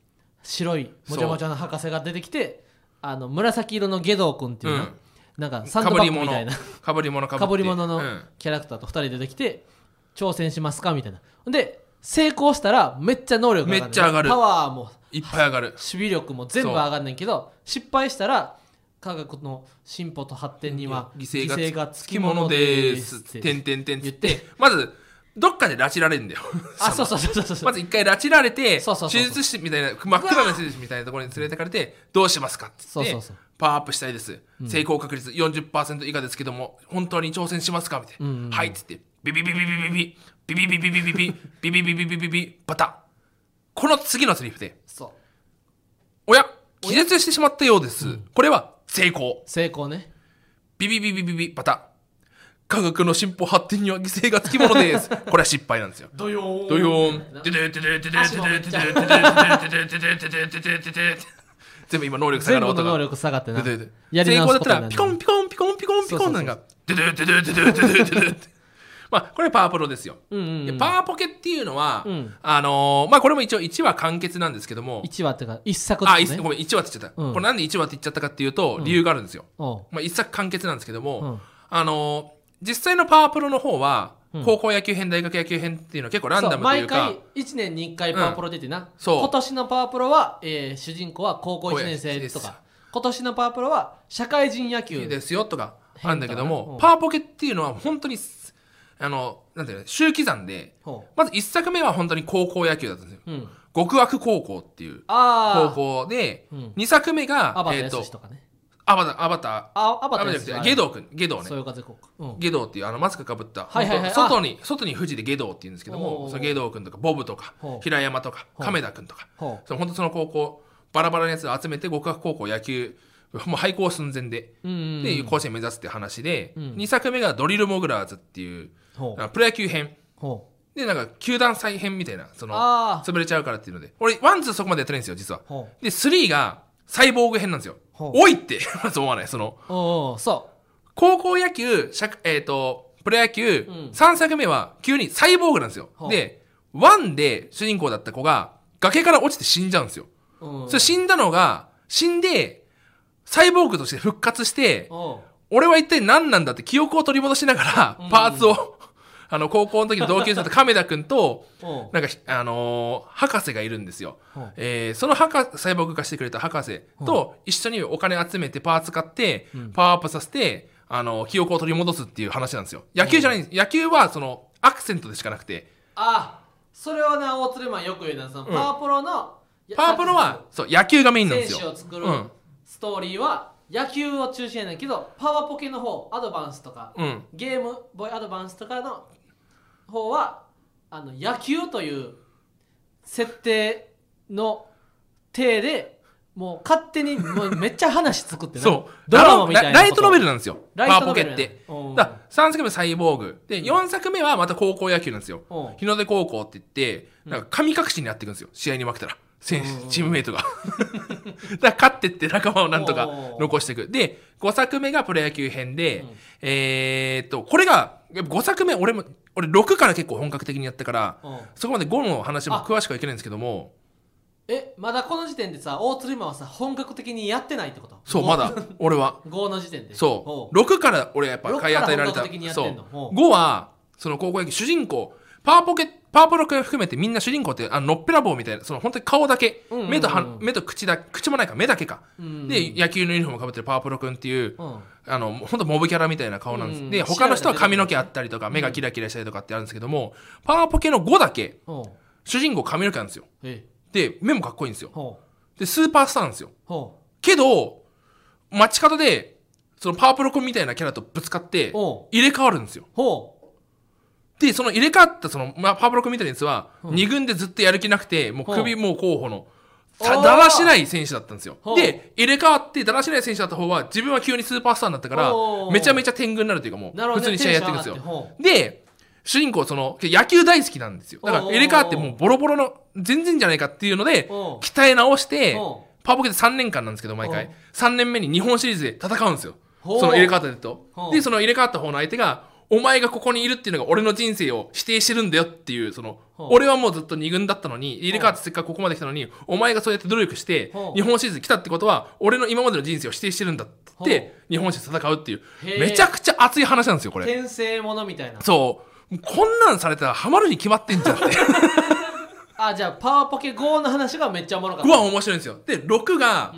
Speaker 1: 白いもちゃもちゃの博士が出てきてあの紫色のゲドウ君っていうな、
Speaker 2: うん
Speaker 1: なんかサンドバッグみたいな
Speaker 2: かぶり物かぶり物
Speaker 1: かぶり物の
Speaker 2: うん
Speaker 1: キャラクターと2人出てきて挑戦しますかみたいなで成功したらめっちゃ能力が上がる
Speaker 2: めっちゃ上がる
Speaker 1: パワーも
Speaker 2: いっぱい上がる
Speaker 1: 守備力も全部
Speaker 2: そう
Speaker 1: 上がんねんけど失敗したら科学の進歩と発展には
Speaker 2: 犠牲がつ
Speaker 1: つ
Speaker 2: き
Speaker 1: き
Speaker 2: も
Speaker 1: も
Speaker 2: の
Speaker 1: の
Speaker 2: で
Speaker 1: ですす
Speaker 2: って
Speaker 1: って
Speaker 2: んてんてんつっ
Speaker 1: 言って
Speaker 2: まずどっかで拉致られるんだよ
Speaker 1: あそうそうそうそうそう、
Speaker 2: まず一回拉致られて
Speaker 1: そうそうそうそう
Speaker 2: 手術室みたいな真っ暗な手術室みたいなところに連れてかれてどうしますかって
Speaker 1: そ
Speaker 2: 言
Speaker 1: う
Speaker 2: って
Speaker 1: そうそう
Speaker 2: パワーアップしたいです、成功確率40%以下ですけども本当に挑戦しますかみたいな、
Speaker 1: うんうんうん
Speaker 2: はいっつってビビビビビビビビビビビビビビビビビビビビビビバタこの次のセリフで
Speaker 1: そう
Speaker 2: 「おや気絶してしまったようです、これは成功」
Speaker 1: 成功ね
Speaker 2: ビビビビビビバタ科学の進歩発展には犠牲がつきものですこれは失敗なんですよ
Speaker 1: ドヨーン
Speaker 2: ドヨーン
Speaker 1: な
Speaker 2: テテテテテテテ全部今能力下が
Speaker 1: 全
Speaker 2: る
Speaker 1: 部の能
Speaker 2: 音が
Speaker 1: 力下がってな
Speaker 2: ででで
Speaker 1: やり
Speaker 2: 成
Speaker 1: 直
Speaker 2: 功
Speaker 1: す
Speaker 2: だ
Speaker 1: ことに
Speaker 2: ったら
Speaker 1: な
Speaker 2: ピコンピコンピコンピコンピコンなんかデデデデデデデデデまあこれパワープロですよ
Speaker 1: うんうんう
Speaker 2: で
Speaker 1: ん
Speaker 2: パワーポケっていうのはあのまあこれも一応1話完結なんですけども
Speaker 1: 1話っていうか1作
Speaker 2: あ
Speaker 1: ですね
Speaker 2: ごめん1話って言っちゃった
Speaker 1: うん
Speaker 2: これなんで1話って言っちゃったかっていうと理由があるんですよ
Speaker 1: おう
Speaker 2: まあ、一作完結なんですけども、
Speaker 1: うん
Speaker 2: あのー実際のパワープロの方は
Speaker 1: うん
Speaker 2: 高校野球編大学野球編っていうのは結構ランダムとい
Speaker 1: 毎
Speaker 2: うか
Speaker 1: 回1年に1回パワプロ出てな、
Speaker 2: そう
Speaker 1: 今年のパワプロは、えー主人公は高校1年生と
Speaker 2: 高校一年生です
Speaker 1: か今年のパワプロは社会人野
Speaker 2: いい
Speaker 1: 球
Speaker 2: ですよとかあるんだけど
Speaker 1: 変だなう
Speaker 2: も
Speaker 1: ん
Speaker 2: パワポケっていうのは本当にあのなんていうの周期算で
Speaker 1: ほ
Speaker 2: まず1作目は本当に高校野球だったんですよ
Speaker 1: う、うん、
Speaker 2: 極悪高校っていう高
Speaker 1: ああ
Speaker 2: 校で
Speaker 1: うん
Speaker 2: 2作目が
Speaker 1: アバタ
Speaker 2: えー
Speaker 1: ー
Speaker 2: と
Speaker 1: とかね
Speaker 2: アバターアバター
Speaker 1: あアバタ
Speaker 2: あ
Speaker 1: ー
Speaker 2: じ
Speaker 1: で
Speaker 2: ゃなく
Speaker 1: す
Speaker 2: てゲドウ君ゲドウね
Speaker 1: そういう風効果、うん、
Speaker 2: ゲドウっていうあのマスクかぶった、
Speaker 1: はいはいはい
Speaker 2: 本当外に外に富士でゲドウって言うんですけど
Speaker 1: おー
Speaker 2: もそのゲドウ君とかボブとか
Speaker 1: ほう
Speaker 2: 平山とか
Speaker 1: ほう
Speaker 2: 亀田君とか
Speaker 1: ほ
Speaker 2: その本当その高校バラバラのやつを集めて極悪高校野球もう廃校寸前で
Speaker 1: う、うんうんうん、
Speaker 2: で甲子園目指すって話で、
Speaker 1: うん
Speaker 2: 2作目がドリルモグラーズっていう
Speaker 1: ほう
Speaker 2: あプロ野球編
Speaker 1: ほう
Speaker 2: でなんか球団再編みたいなその
Speaker 1: ああ
Speaker 2: 潰れちゃうからっていうので俺ワンツーそこまでやってないんですよ実は
Speaker 1: ほう
Speaker 2: で3がサイボーグ編なんですよ
Speaker 1: ほう
Speaker 2: おいって まず思わないその
Speaker 1: おうそ
Speaker 2: 高校野球、社えっ、と、プロ野球、
Speaker 1: うん
Speaker 2: 3作目は急にサイボーグなんですよ
Speaker 1: は。あ
Speaker 2: で、1で主人公だった子が崖から落ちて死んじゃうんですよ。
Speaker 1: う、うん、
Speaker 2: それ死んだのが、死んで、サイボーグとして復活して、
Speaker 1: おう
Speaker 2: 俺は一体何なんだって記憶を取り戻しながら
Speaker 1: うん、
Speaker 2: パーツを、あの、高校の時の同級生だった亀田くんと、
Speaker 1: おう
Speaker 2: なんかひ、あのー博士がいるんですよ。
Speaker 1: ほう
Speaker 2: えーその博サイボーグ化してくれた博士と一緒にお金集めてパーツ買って、
Speaker 1: ん
Speaker 2: パワーアップさせて、あの、記憶を取り戻すっていう話なんですよ。野球じゃないんです。野球は、その、アクセントでしかなくて、
Speaker 1: あそれはな大鶴マンよく言うなその、
Speaker 2: うん
Speaker 1: パワプロの
Speaker 2: パワープロは、そう、野球がメインなんで
Speaker 1: 選
Speaker 2: す
Speaker 1: 手
Speaker 2: よ
Speaker 1: を。作る
Speaker 2: うん
Speaker 1: ストーリーは野球を中心やねんけどパワポケの方アドバンスとか
Speaker 2: うん。
Speaker 1: ゲームボーイアドバンスとかの方はあの野球という設定の体でもう勝手にもうめっちゃ話作ってな
Speaker 2: そう。
Speaker 1: ドラマみたいな
Speaker 2: ラライトノベ
Speaker 1: ル
Speaker 2: ルなんですよ。パ
Speaker 1: ラ
Speaker 2: ワ
Speaker 1: イト
Speaker 2: ー
Speaker 1: ノ
Speaker 2: ポ
Speaker 1: ベ
Speaker 2: ケ
Speaker 1: ルや
Speaker 2: っ
Speaker 1: ね
Speaker 2: て。
Speaker 1: うん
Speaker 2: だ3作目サイボーグ。で、4作目はまた高校野球なんですよ。
Speaker 1: うん
Speaker 2: 日の出高校って言って、なんか神隠しになっていくんですよ。試合に負けたら。選
Speaker 1: うん
Speaker 2: 手、チームメイトが。 だから勝ってって仲間をなんとか残していく。で、5作目がプロ野球編で、
Speaker 1: うん
Speaker 2: えーっと、これが、5作目、俺も、俺6から結構本格的にやったから、
Speaker 1: うん
Speaker 2: そこまで5の話も詳しくはいけないんですけども、
Speaker 1: えまだこの時点でさ大鶴マンはさ本格的にやってないってこと
Speaker 2: そう、まだ、俺は。
Speaker 1: 5の時点で
Speaker 2: そう。
Speaker 1: お
Speaker 2: 6から俺やっぱ買い与えられ
Speaker 1: 六から本格
Speaker 2: た
Speaker 1: 的に。やっ
Speaker 2: そ
Speaker 1: て
Speaker 2: うん
Speaker 1: のほう
Speaker 2: 5は、その高校野球、主人公、パワーポケ、パワープロ含めてみんな主人公って、あの、のっぺらぼうみたいな、その本当に顔だけ、
Speaker 1: うんうんうん
Speaker 2: 目とは、目と口だ、口もないか、目だけか。
Speaker 1: うん
Speaker 2: で、野球のユニフォームかぶってるパワープロ君っていう、
Speaker 1: うん
Speaker 2: あの、本当モブキャラみたいな顔なんです。
Speaker 1: うん
Speaker 2: で、他の人は髪の毛あったりとか、目がキラキラしたりとかってあるんですけども、パワーポケの5だけ、
Speaker 1: ほう
Speaker 2: 主人公髪の毛なんですよ。
Speaker 1: え
Speaker 2: で、目もかっこいいんですよ。
Speaker 1: ほう
Speaker 2: で、スーパースターなんですよ。
Speaker 1: ほ
Speaker 2: けど、街角で、そのパワープロ君みたいなキャラとぶつかって
Speaker 1: う、おう
Speaker 2: 入れ替わるんですよ。
Speaker 1: ほう
Speaker 2: で、その入れ替わったその、まあ、パワープロ君みたいなやつは、二軍でずっとやる気なくて、もう首
Speaker 1: う
Speaker 2: もう候補の、
Speaker 1: おー
Speaker 2: だだらしない選手だったんですよ
Speaker 1: ほう。
Speaker 2: で、入れ替わってだらしない選手だった方は、自分は急にスーパースターになったから
Speaker 1: おー、
Speaker 2: めちゃめちゃ天狗になるというかもう、
Speaker 1: なるほ
Speaker 2: 普
Speaker 1: ど
Speaker 2: 通
Speaker 1: ね
Speaker 2: に試合やっていくんです
Speaker 1: テンショ。
Speaker 2: よ
Speaker 1: ン上がって
Speaker 2: で、主人公その、野球大好きなんですよ。だから
Speaker 1: おー
Speaker 2: 入れ替わってもうボロボロの、全然じゃないかっていうので、
Speaker 1: おー
Speaker 2: 鍛え直して
Speaker 1: お、
Speaker 2: パワーポケで3年間なんですけど、毎
Speaker 1: お
Speaker 2: 回。3年目に日本シリーズで戦うんですよ。
Speaker 1: ほう
Speaker 2: その入れ替わったやつと
Speaker 1: ほ。う
Speaker 2: で、その入れ替わった方の相手が、お前がここにいるっていうのが俺の人生を否定してるんだよっていう、その、
Speaker 1: ほう
Speaker 2: 俺はもうずっと2軍だったのに、入れ替わってせっかくここまで来たのに、お前がそうやって努力して
Speaker 1: ほう、
Speaker 2: 日本シリーズ来たってことは、俺の今までの人生を否定してるんだって言っ
Speaker 1: ほ
Speaker 2: て、日本シリーズ戦うっていう
Speaker 1: へー、
Speaker 2: めちゃくちゃ熱い話なんですよ、これ。
Speaker 1: 転生ものみたいな
Speaker 2: そう。こんなんされたらハマるに決まってんじゃんって。
Speaker 1: あじゃあパワーポケ5の話がめっちゃおもろかっ
Speaker 2: 5
Speaker 1: た
Speaker 2: は面白いんですよ。で、6が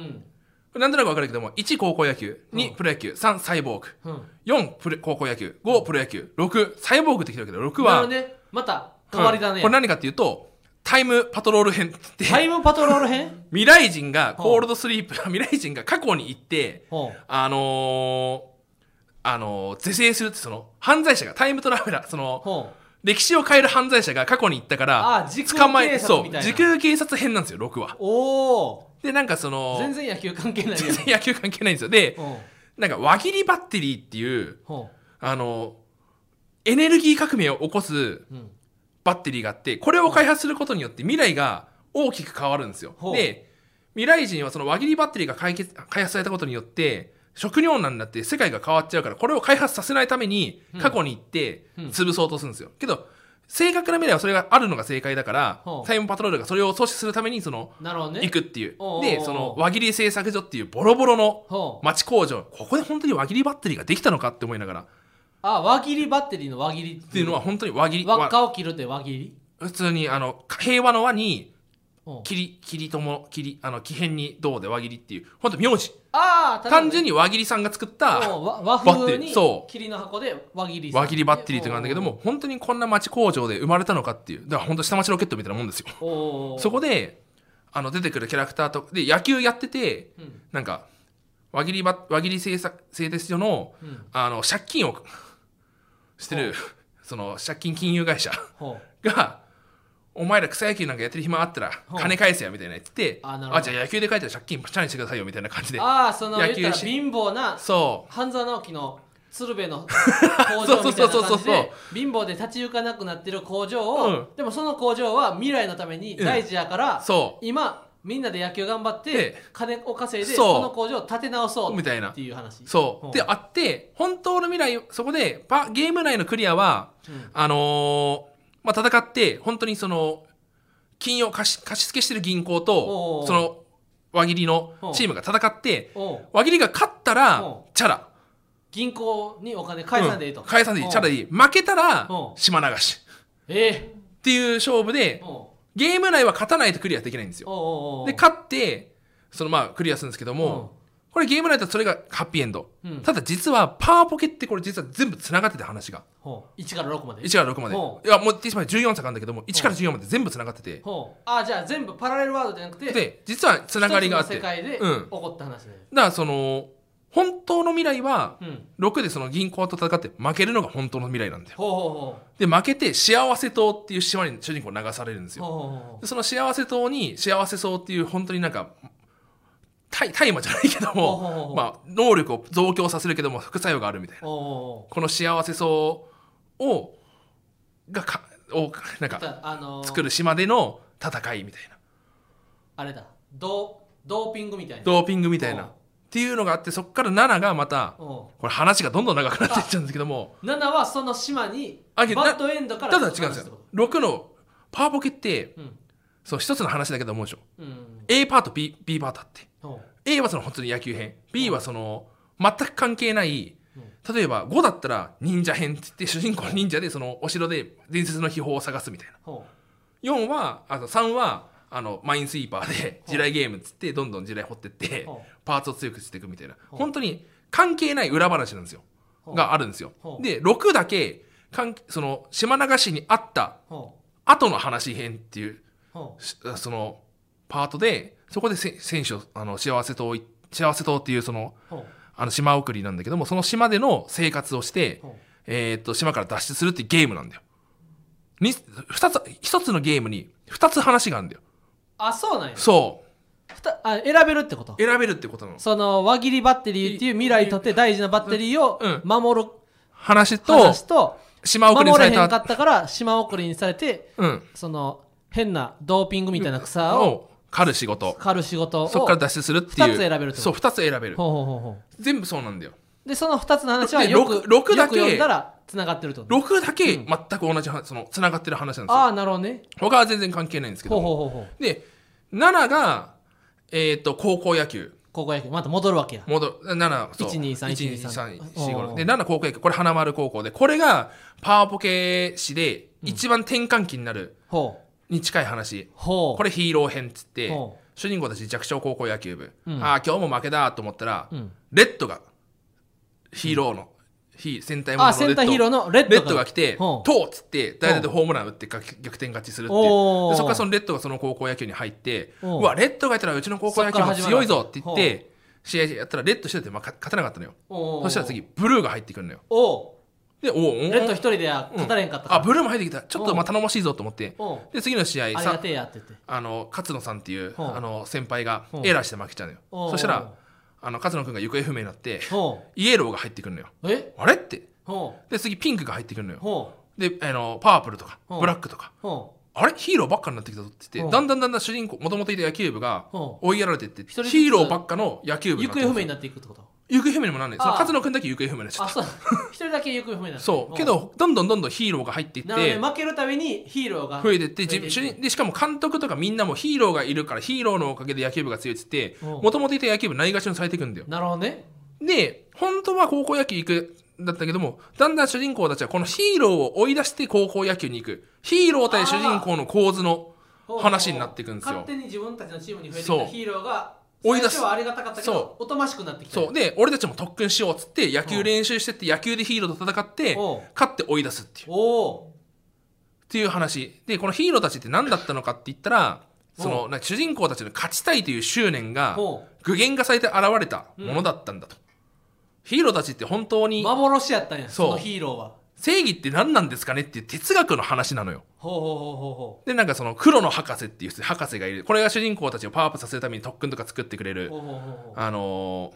Speaker 1: う、ん
Speaker 2: なんとなくわかるけども、1高校野球、2プロ野球、3サイボーグ、
Speaker 1: うん
Speaker 2: 4プロ高校野球、5プロ野球、6サイボーグって来てるけど、6
Speaker 1: なるほ
Speaker 2: は、
Speaker 1: どねまた変わりだね
Speaker 2: うんこれ何かっていうと、タイムパトロール編って言
Speaker 1: タ
Speaker 2: っ
Speaker 1: イ
Speaker 2: て、
Speaker 1: ムパトロール編
Speaker 2: 未来人がコールドスリープ、 未来人が過去に行って、
Speaker 1: ほ
Speaker 2: あのー、あのー、是正するってその、犯罪者が、タイムトラベラー、そうの、
Speaker 1: ほ
Speaker 2: 歴史を変える犯罪者が過去に行ったか
Speaker 1: あ
Speaker 2: ら、
Speaker 1: 時空
Speaker 2: 捕まえ
Speaker 1: 警
Speaker 2: そ
Speaker 1: 察
Speaker 2: う、
Speaker 1: みたいな
Speaker 2: 時空警察編なんですよ、6は
Speaker 1: う。おお
Speaker 2: で、なんかその、
Speaker 1: 全然野球関係ないや
Speaker 2: 全然野球関係ないんですよ。で
Speaker 1: ん、ほ
Speaker 2: なんか、輪切りバッテリーっていう
Speaker 1: う、ほ
Speaker 2: あの、エネルギー革命を起こす
Speaker 1: ううん
Speaker 2: バッテリーがあって、これを開発することによって未来が大きく変わるんですよ
Speaker 1: ほ。う
Speaker 2: で、未来人はその輪切りバッテリーが解決開発されたことによって、食糧難になって世界が変わっちゃうから、これを開発させないために
Speaker 1: うん
Speaker 2: 過去に行って
Speaker 1: うん
Speaker 2: 潰そうとするんですよ。けど、正確な未来はそれがあるのが正解だから
Speaker 1: ほ、う
Speaker 2: タイムパトロールがそれを阻止するためにその、
Speaker 1: なるほどね
Speaker 2: 行くっていう
Speaker 1: おうおうお。う
Speaker 2: で、その輪切り製作所っていうボロボロの
Speaker 1: ほう
Speaker 2: 町工場ここで本当に輪切りバッテリーができたのかって思いながら
Speaker 1: あ輪切りバッテリーの輪切りっ
Speaker 2: っていうのは本当に輪切り
Speaker 1: 輪っ
Speaker 2: わ
Speaker 1: かを切るって輪切り
Speaker 2: 普通にあの平和の輪に
Speaker 1: うん
Speaker 2: 霧霧とも霧あの木変に銅で輪切りっていう本当名字
Speaker 1: ああ
Speaker 2: 単純
Speaker 1: に
Speaker 2: に輪切りさんが作った
Speaker 1: 和和風
Speaker 2: バッテリ
Speaker 1: に
Speaker 2: ーそう
Speaker 1: 霧の箱で輪切り
Speaker 2: 輪切りバッテリーってなんだけども本当にこんな町工場で生まれたのかっていうだから本当下町ロケットみたいなもんですよ
Speaker 1: おーおー
Speaker 2: そこであの出てくるキャラクターとで野球やってて
Speaker 1: うん
Speaker 2: なんか輪切りば輪切り製作製鉄所の
Speaker 1: うん
Speaker 2: あの借金をしてるその借金金融会社
Speaker 1: ほ
Speaker 2: が「お前ら草野球なんかやってる暇あったら
Speaker 1: ほう
Speaker 2: 金返せや」みたいな言ってて
Speaker 1: あなるほど
Speaker 2: あじゃあ野球で返ったら借金チャレンジしてくださいよ」みたいな感じ
Speaker 1: う
Speaker 2: で
Speaker 1: ああその言
Speaker 2: 野
Speaker 1: っ
Speaker 2: 球
Speaker 1: たら
Speaker 2: し
Speaker 1: 貧乏な
Speaker 2: そ
Speaker 1: 半沢直樹の鶴瓶 の工場みたいな
Speaker 2: そうそ
Speaker 1: 感
Speaker 2: うそう
Speaker 1: じ
Speaker 2: そう
Speaker 1: で貧乏で立ち行かなくなってる工場
Speaker 2: うん
Speaker 1: をでもその工場は未来のために大事やから
Speaker 2: うそ
Speaker 1: 今みんなで野球頑張っ
Speaker 2: え
Speaker 1: て
Speaker 2: え
Speaker 1: 金を稼いで
Speaker 2: そう
Speaker 1: その工場を立て直そう
Speaker 2: みたいな
Speaker 1: っていう話
Speaker 2: うそううんであって本当の未来そこでパゲーム内のクリアは
Speaker 1: うん
Speaker 2: あのーまあ、戦って本当にその金を貸し貸し付けしてる銀行
Speaker 1: おうお
Speaker 2: と
Speaker 1: う
Speaker 2: その輪切りのチームが戦って
Speaker 1: おう
Speaker 2: 輪切りが勝ったら
Speaker 1: お
Speaker 2: チャラ
Speaker 1: 銀行にお金返さんでいいと、
Speaker 2: う返さんでいい
Speaker 1: おう
Speaker 2: チャラでいい負けたら
Speaker 1: おう
Speaker 2: 島流し
Speaker 1: え
Speaker 2: っていう勝負で
Speaker 1: えおう
Speaker 2: ゲーム内は勝たないとクリアできないんですよ。
Speaker 1: おうおうおう
Speaker 2: で勝ってそのまあクリアするんですけども、これゲーム内だとそれがハッピーエンド、
Speaker 1: うん
Speaker 2: ただ実はパワーポケってこれ実は全部つながってて話が
Speaker 1: ほう1から6まで
Speaker 2: 1から6まで、
Speaker 1: う
Speaker 2: いやもう言ってしまえば14作あるんだけども1から14まで全部つながってて、
Speaker 1: ほうああじゃあ全部パラレルワールドじゃなくて
Speaker 2: で実はつながりがあって
Speaker 1: 一つの世界で起
Speaker 2: うん、だか
Speaker 1: こった話だよ、
Speaker 2: らその本当の未来は
Speaker 1: うん
Speaker 2: 6でその銀行と戦って負けるのが本当の未来なんだよ
Speaker 1: ほうほうほ
Speaker 2: で負けて幸せ島っていう島に主人公流されるんです
Speaker 1: う
Speaker 2: よ
Speaker 1: ほうほうほ
Speaker 2: でその幸せ島に幸せそうっていう本当になんか大大麻じゃないけど
Speaker 1: ほうほうほ
Speaker 2: も
Speaker 1: う
Speaker 2: まあ能力を増強させるけども副作用があるみたいな
Speaker 1: うおうおう
Speaker 2: この幸せそうをがかをなん
Speaker 1: おう
Speaker 2: か
Speaker 1: あのー
Speaker 2: 作る島での戦いみたいな
Speaker 1: あれだドドーピングみたいな
Speaker 2: ドーピングみたいな
Speaker 1: うん
Speaker 2: っていうのがあってそっから7がまた
Speaker 1: おう
Speaker 2: これ話がどんどん長くなっていっちゃうんですけども
Speaker 1: 7はその島に
Speaker 2: あ
Speaker 1: バ
Speaker 2: けど
Speaker 1: ッドエンドか
Speaker 2: た
Speaker 1: ら
Speaker 2: だ違うんですよ6のパワポケって
Speaker 1: うん
Speaker 2: そう一つの話だけど思うでしょ
Speaker 1: うん、
Speaker 2: A パート B, B パートあって
Speaker 1: ほ
Speaker 2: A はその本当に野球編 B はその全く関係ない例えば5だったら忍者編って言って主人公は忍者でそのお城で伝説の秘宝を探すみたいな
Speaker 1: うほ
Speaker 2: 4はあと3はあのマインスイーパーで地雷ゲームっつってどんどん地雷掘ってって
Speaker 1: ほ
Speaker 2: パーツを強くしていくみたいな
Speaker 1: ほう
Speaker 2: 本当に関係ない裏話なんですよ
Speaker 1: ほう
Speaker 2: があるんですよ
Speaker 1: ほう
Speaker 2: で6だけ関その島流しにあった
Speaker 1: うほ
Speaker 2: 後の話編っていう
Speaker 1: うほ
Speaker 2: しそのパートでそこでせ選手をあの幸せ島い幸せ島っていうその
Speaker 1: うほう
Speaker 2: あの島送りなんだけどもその島での生活をして
Speaker 1: ほう、
Speaker 2: えーっと島から脱出するっていうゲームなんだよ。に二つ一つのゲームに2つ話があるんだよ。
Speaker 1: あそうなんや
Speaker 2: そ
Speaker 1: ふたあ選べるってこと
Speaker 2: う選べるってことなの。
Speaker 1: その輪切りバッテリーっていう未来にとって大事なバッテリーを
Speaker 2: うん
Speaker 1: 守る
Speaker 2: 話と
Speaker 1: 話と
Speaker 2: 島送
Speaker 1: 守
Speaker 2: りにさ
Speaker 1: れへ
Speaker 2: れ
Speaker 1: ん
Speaker 2: た
Speaker 1: かったから島送りにされて
Speaker 2: うん、
Speaker 1: その変なドーピングみたいな草を
Speaker 2: を狩る仕事
Speaker 1: 狩る仕事を
Speaker 2: そこから脱出するっていう
Speaker 1: 二つ選べるってこと
Speaker 2: そう2つ選べる
Speaker 1: ほうほうほうほう
Speaker 2: 全部そうなんだよ
Speaker 1: でその2つの話は
Speaker 2: で
Speaker 1: よく
Speaker 2: ろくろくだ
Speaker 1: よ
Speaker 2: け
Speaker 1: く読んだらつながってるってこと
Speaker 2: 6だけ全く同じ話そのつながってる話なんですよ
Speaker 1: ああなるほどね
Speaker 2: 他は全然関係ないんですけ
Speaker 1: ほう
Speaker 2: ど
Speaker 1: ほうほうほう
Speaker 2: で7が、えー、と高校野球
Speaker 1: 高校野球また戻るわけや
Speaker 2: 戻7そう
Speaker 1: 123
Speaker 2: 123
Speaker 1: 123
Speaker 2: 4で7高校野球これ花丸高校でこれがパワーポケ誌で一番転換期になる
Speaker 1: ほう
Speaker 2: に近い話
Speaker 1: ほう
Speaker 2: これヒーロー編っつって
Speaker 1: ほ
Speaker 2: 主人公たち弱小高校野球部、
Speaker 1: うん
Speaker 2: ああ今日も負けだと思ったら、
Speaker 1: うん
Speaker 2: レッドがヒーローの、ヒー戦隊もの
Speaker 1: あ
Speaker 2: のレ
Speaker 1: セ
Speaker 2: ッ
Speaker 1: ン
Speaker 2: ド
Speaker 1: ターヒーローのレッド
Speaker 2: レッドが来て「
Speaker 1: ほ
Speaker 2: と
Speaker 1: う
Speaker 2: う」っつって代打でホームラン打って逆逆転勝ちするっていうで
Speaker 1: おー
Speaker 2: そこからそのレッドがその高校野球に入って「う
Speaker 1: おう
Speaker 2: わレッドがいたらうちの高校野球も強いぞ」って言っ
Speaker 1: そっから始まる
Speaker 2: て試合やったらレッドしてて、まあ、勝勝てなかったのよ
Speaker 1: おう
Speaker 2: そしたら次ブルーが入ってくるのよ
Speaker 1: おお
Speaker 2: でおお
Speaker 1: レッド一人では勝たれへんかったから
Speaker 2: あブルーも入ってきたちょっとまあ頼もしいぞと思って
Speaker 1: おう
Speaker 2: で次の試合
Speaker 1: あり
Speaker 2: さ
Speaker 1: がてえやって言って
Speaker 2: あの勝野さんっていう
Speaker 1: ほう
Speaker 2: あの先輩が
Speaker 1: ほう
Speaker 2: エラーして負けちゃうのよ
Speaker 1: おう
Speaker 2: そしたらあの勝野君が行方不明になって
Speaker 1: ほ
Speaker 2: イエローが入ってくるのよ
Speaker 1: うえ
Speaker 2: あれって
Speaker 1: ほう
Speaker 2: で次ピンクが入ってくるのよ
Speaker 1: ほう
Speaker 2: であのパープルとか
Speaker 1: ほう
Speaker 2: ブラックとか
Speaker 1: ほう
Speaker 2: あれヒーローばっかになってきたぞって言っ
Speaker 1: ほ
Speaker 2: て
Speaker 1: う
Speaker 2: だんだんだんだん主人公もともといた野球部が
Speaker 1: ほ
Speaker 2: 追いやられてって
Speaker 1: 人ずつ
Speaker 2: ヒーローばっかの野球部
Speaker 1: 行
Speaker 2: にな
Speaker 1: 方
Speaker 2: って
Speaker 1: 不明になっていくってこと
Speaker 2: 行方不明にもなんないその
Speaker 1: ああ
Speaker 2: 勝野君だけ行方不明になっちゃ
Speaker 1: あ
Speaker 2: った
Speaker 1: そう一人だけ行方不明になって
Speaker 2: そうけどどんどんどんどんヒーローが入っていっ
Speaker 1: なので
Speaker 2: て
Speaker 1: 負けるたびにヒーローが
Speaker 2: 増えてって自分主
Speaker 1: 増えてい
Speaker 2: 任でしかも監督とかみんなもヒーローがいるからヒーローのおかげで野球部が強いっつって
Speaker 1: うん
Speaker 2: もともといた野球部ないがしろにされていくんだよ
Speaker 1: なるほどね
Speaker 2: で本当は高校野球行くだったけども、だんだん主人公たちはこのヒーローを追い出して高校野球に行く。ヒーロー対主人公の構図の話になっていくんですよ
Speaker 1: 勝。手に自分たちのチームに増えてき
Speaker 2: そう
Speaker 1: たヒーローが
Speaker 2: 追い出す
Speaker 1: 最初はありがたかったけど
Speaker 2: そ
Speaker 1: おとましくなってきた
Speaker 2: そう。で、俺たちも特訓しようっつって、野球練習してって、野球でヒーローと戦って
Speaker 1: おう、
Speaker 2: 勝って追い出すっていう。
Speaker 1: おお
Speaker 2: っていう話でこのヒーローたちって何だったのかって言ったらその
Speaker 1: う
Speaker 2: なんか主人公たちの勝ちたいという執念が
Speaker 1: うん
Speaker 2: 具現化されて現れたものだったんだと、ヒーローたちって本当に
Speaker 1: 幻やったんや
Speaker 2: そう
Speaker 1: そのヒーローは
Speaker 2: 正義って何なんですかねっていう哲学の話なのよ
Speaker 1: ほうほうほうほうほう
Speaker 2: でなんかその黒の博士っていう博士がいるこれが主人公たちをパワーアップさせるために特訓とか作ってくれる
Speaker 1: ほうほうほうほう
Speaker 2: あの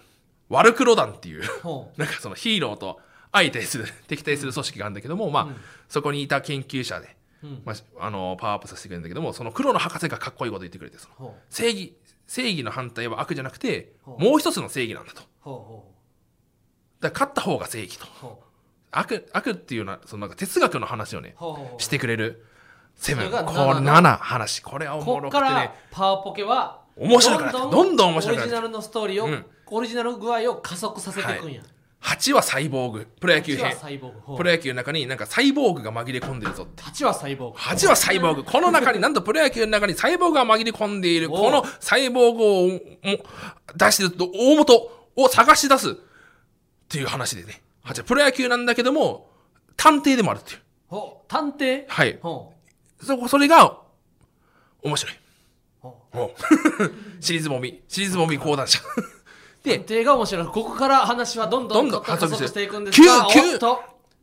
Speaker 2: ー、悪黒団っていう
Speaker 1: ほ
Speaker 2: なんかそのヒーローと相対する敵対する組織があるんだけども、まあ
Speaker 1: うん
Speaker 2: そこにいた研究者で、
Speaker 1: ううん
Speaker 2: まあしあのパワーアップさせてくれるんだけどもその黒の博士がかっこいいこと言ってくれてその
Speaker 1: ほう
Speaker 2: 正義正義の反対は悪じゃなくて
Speaker 1: ほう
Speaker 2: もう一つの正義なんだと
Speaker 1: ほうほ
Speaker 2: だから勝った方が正義と
Speaker 1: うほ
Speaker 2: 悪悪っていうようなそのなんか哲学の話をね
Speaker 1: うほうほうほう
Speaker 2: してくれるセブン
Speaker 1: そ
Speaker 2: こ
Speaker 1: れが
Speaker 2: れ7話これはおも
Speaker 1: こ
Speaker 2: ろ
Speaker 1: っ
Speaker 2: くて
Speaker 1: か
Speaker 2: ね
Speaker 1: らパワーポケは
Speaker 2: 面白くなってどんどん面白くな
Speaker 1: オリ
Speaker 2: って
Speaker 1: ジナルのストーリーを、
Speaker 2: うん
Speaker 1: オリジナル具合を加速させていくんや、
Speaker 2: 8はサイボーグプロ野球
Speaker 1: 8は
Speaker 2: 編
Speaker 1: サイボーグほう
Speaker 2: プロ野球の中になんかサイボーグが紛れ込んでるぞって
Speaker 1: 8はサイボーグ
Speaker 2: 8はサイボー グこの中になんとプロ野球の中にサイボーグが紛れ込んでいる
Speaker 1: おう
Speaker 2: このサイボーグをも出してると大元を探し出すっていう話でね8はプロ野球なんだけども探偵でもあるっていう
Speaker 1: ほう探偵
Speaker 2: はい
Speaker 1: ほう
Speaker 2: そそれが面白い
Speaker 1: ほう
Speaker 2: おう シリーズもみシリーズもみ講談 社で
Speaker 1: 探偵が面白いここから話はどんどん
Speaker 2: どんどん
Speaker 1: 加速していくんですが
Speaker 2: 急急
Speaker 1: おっと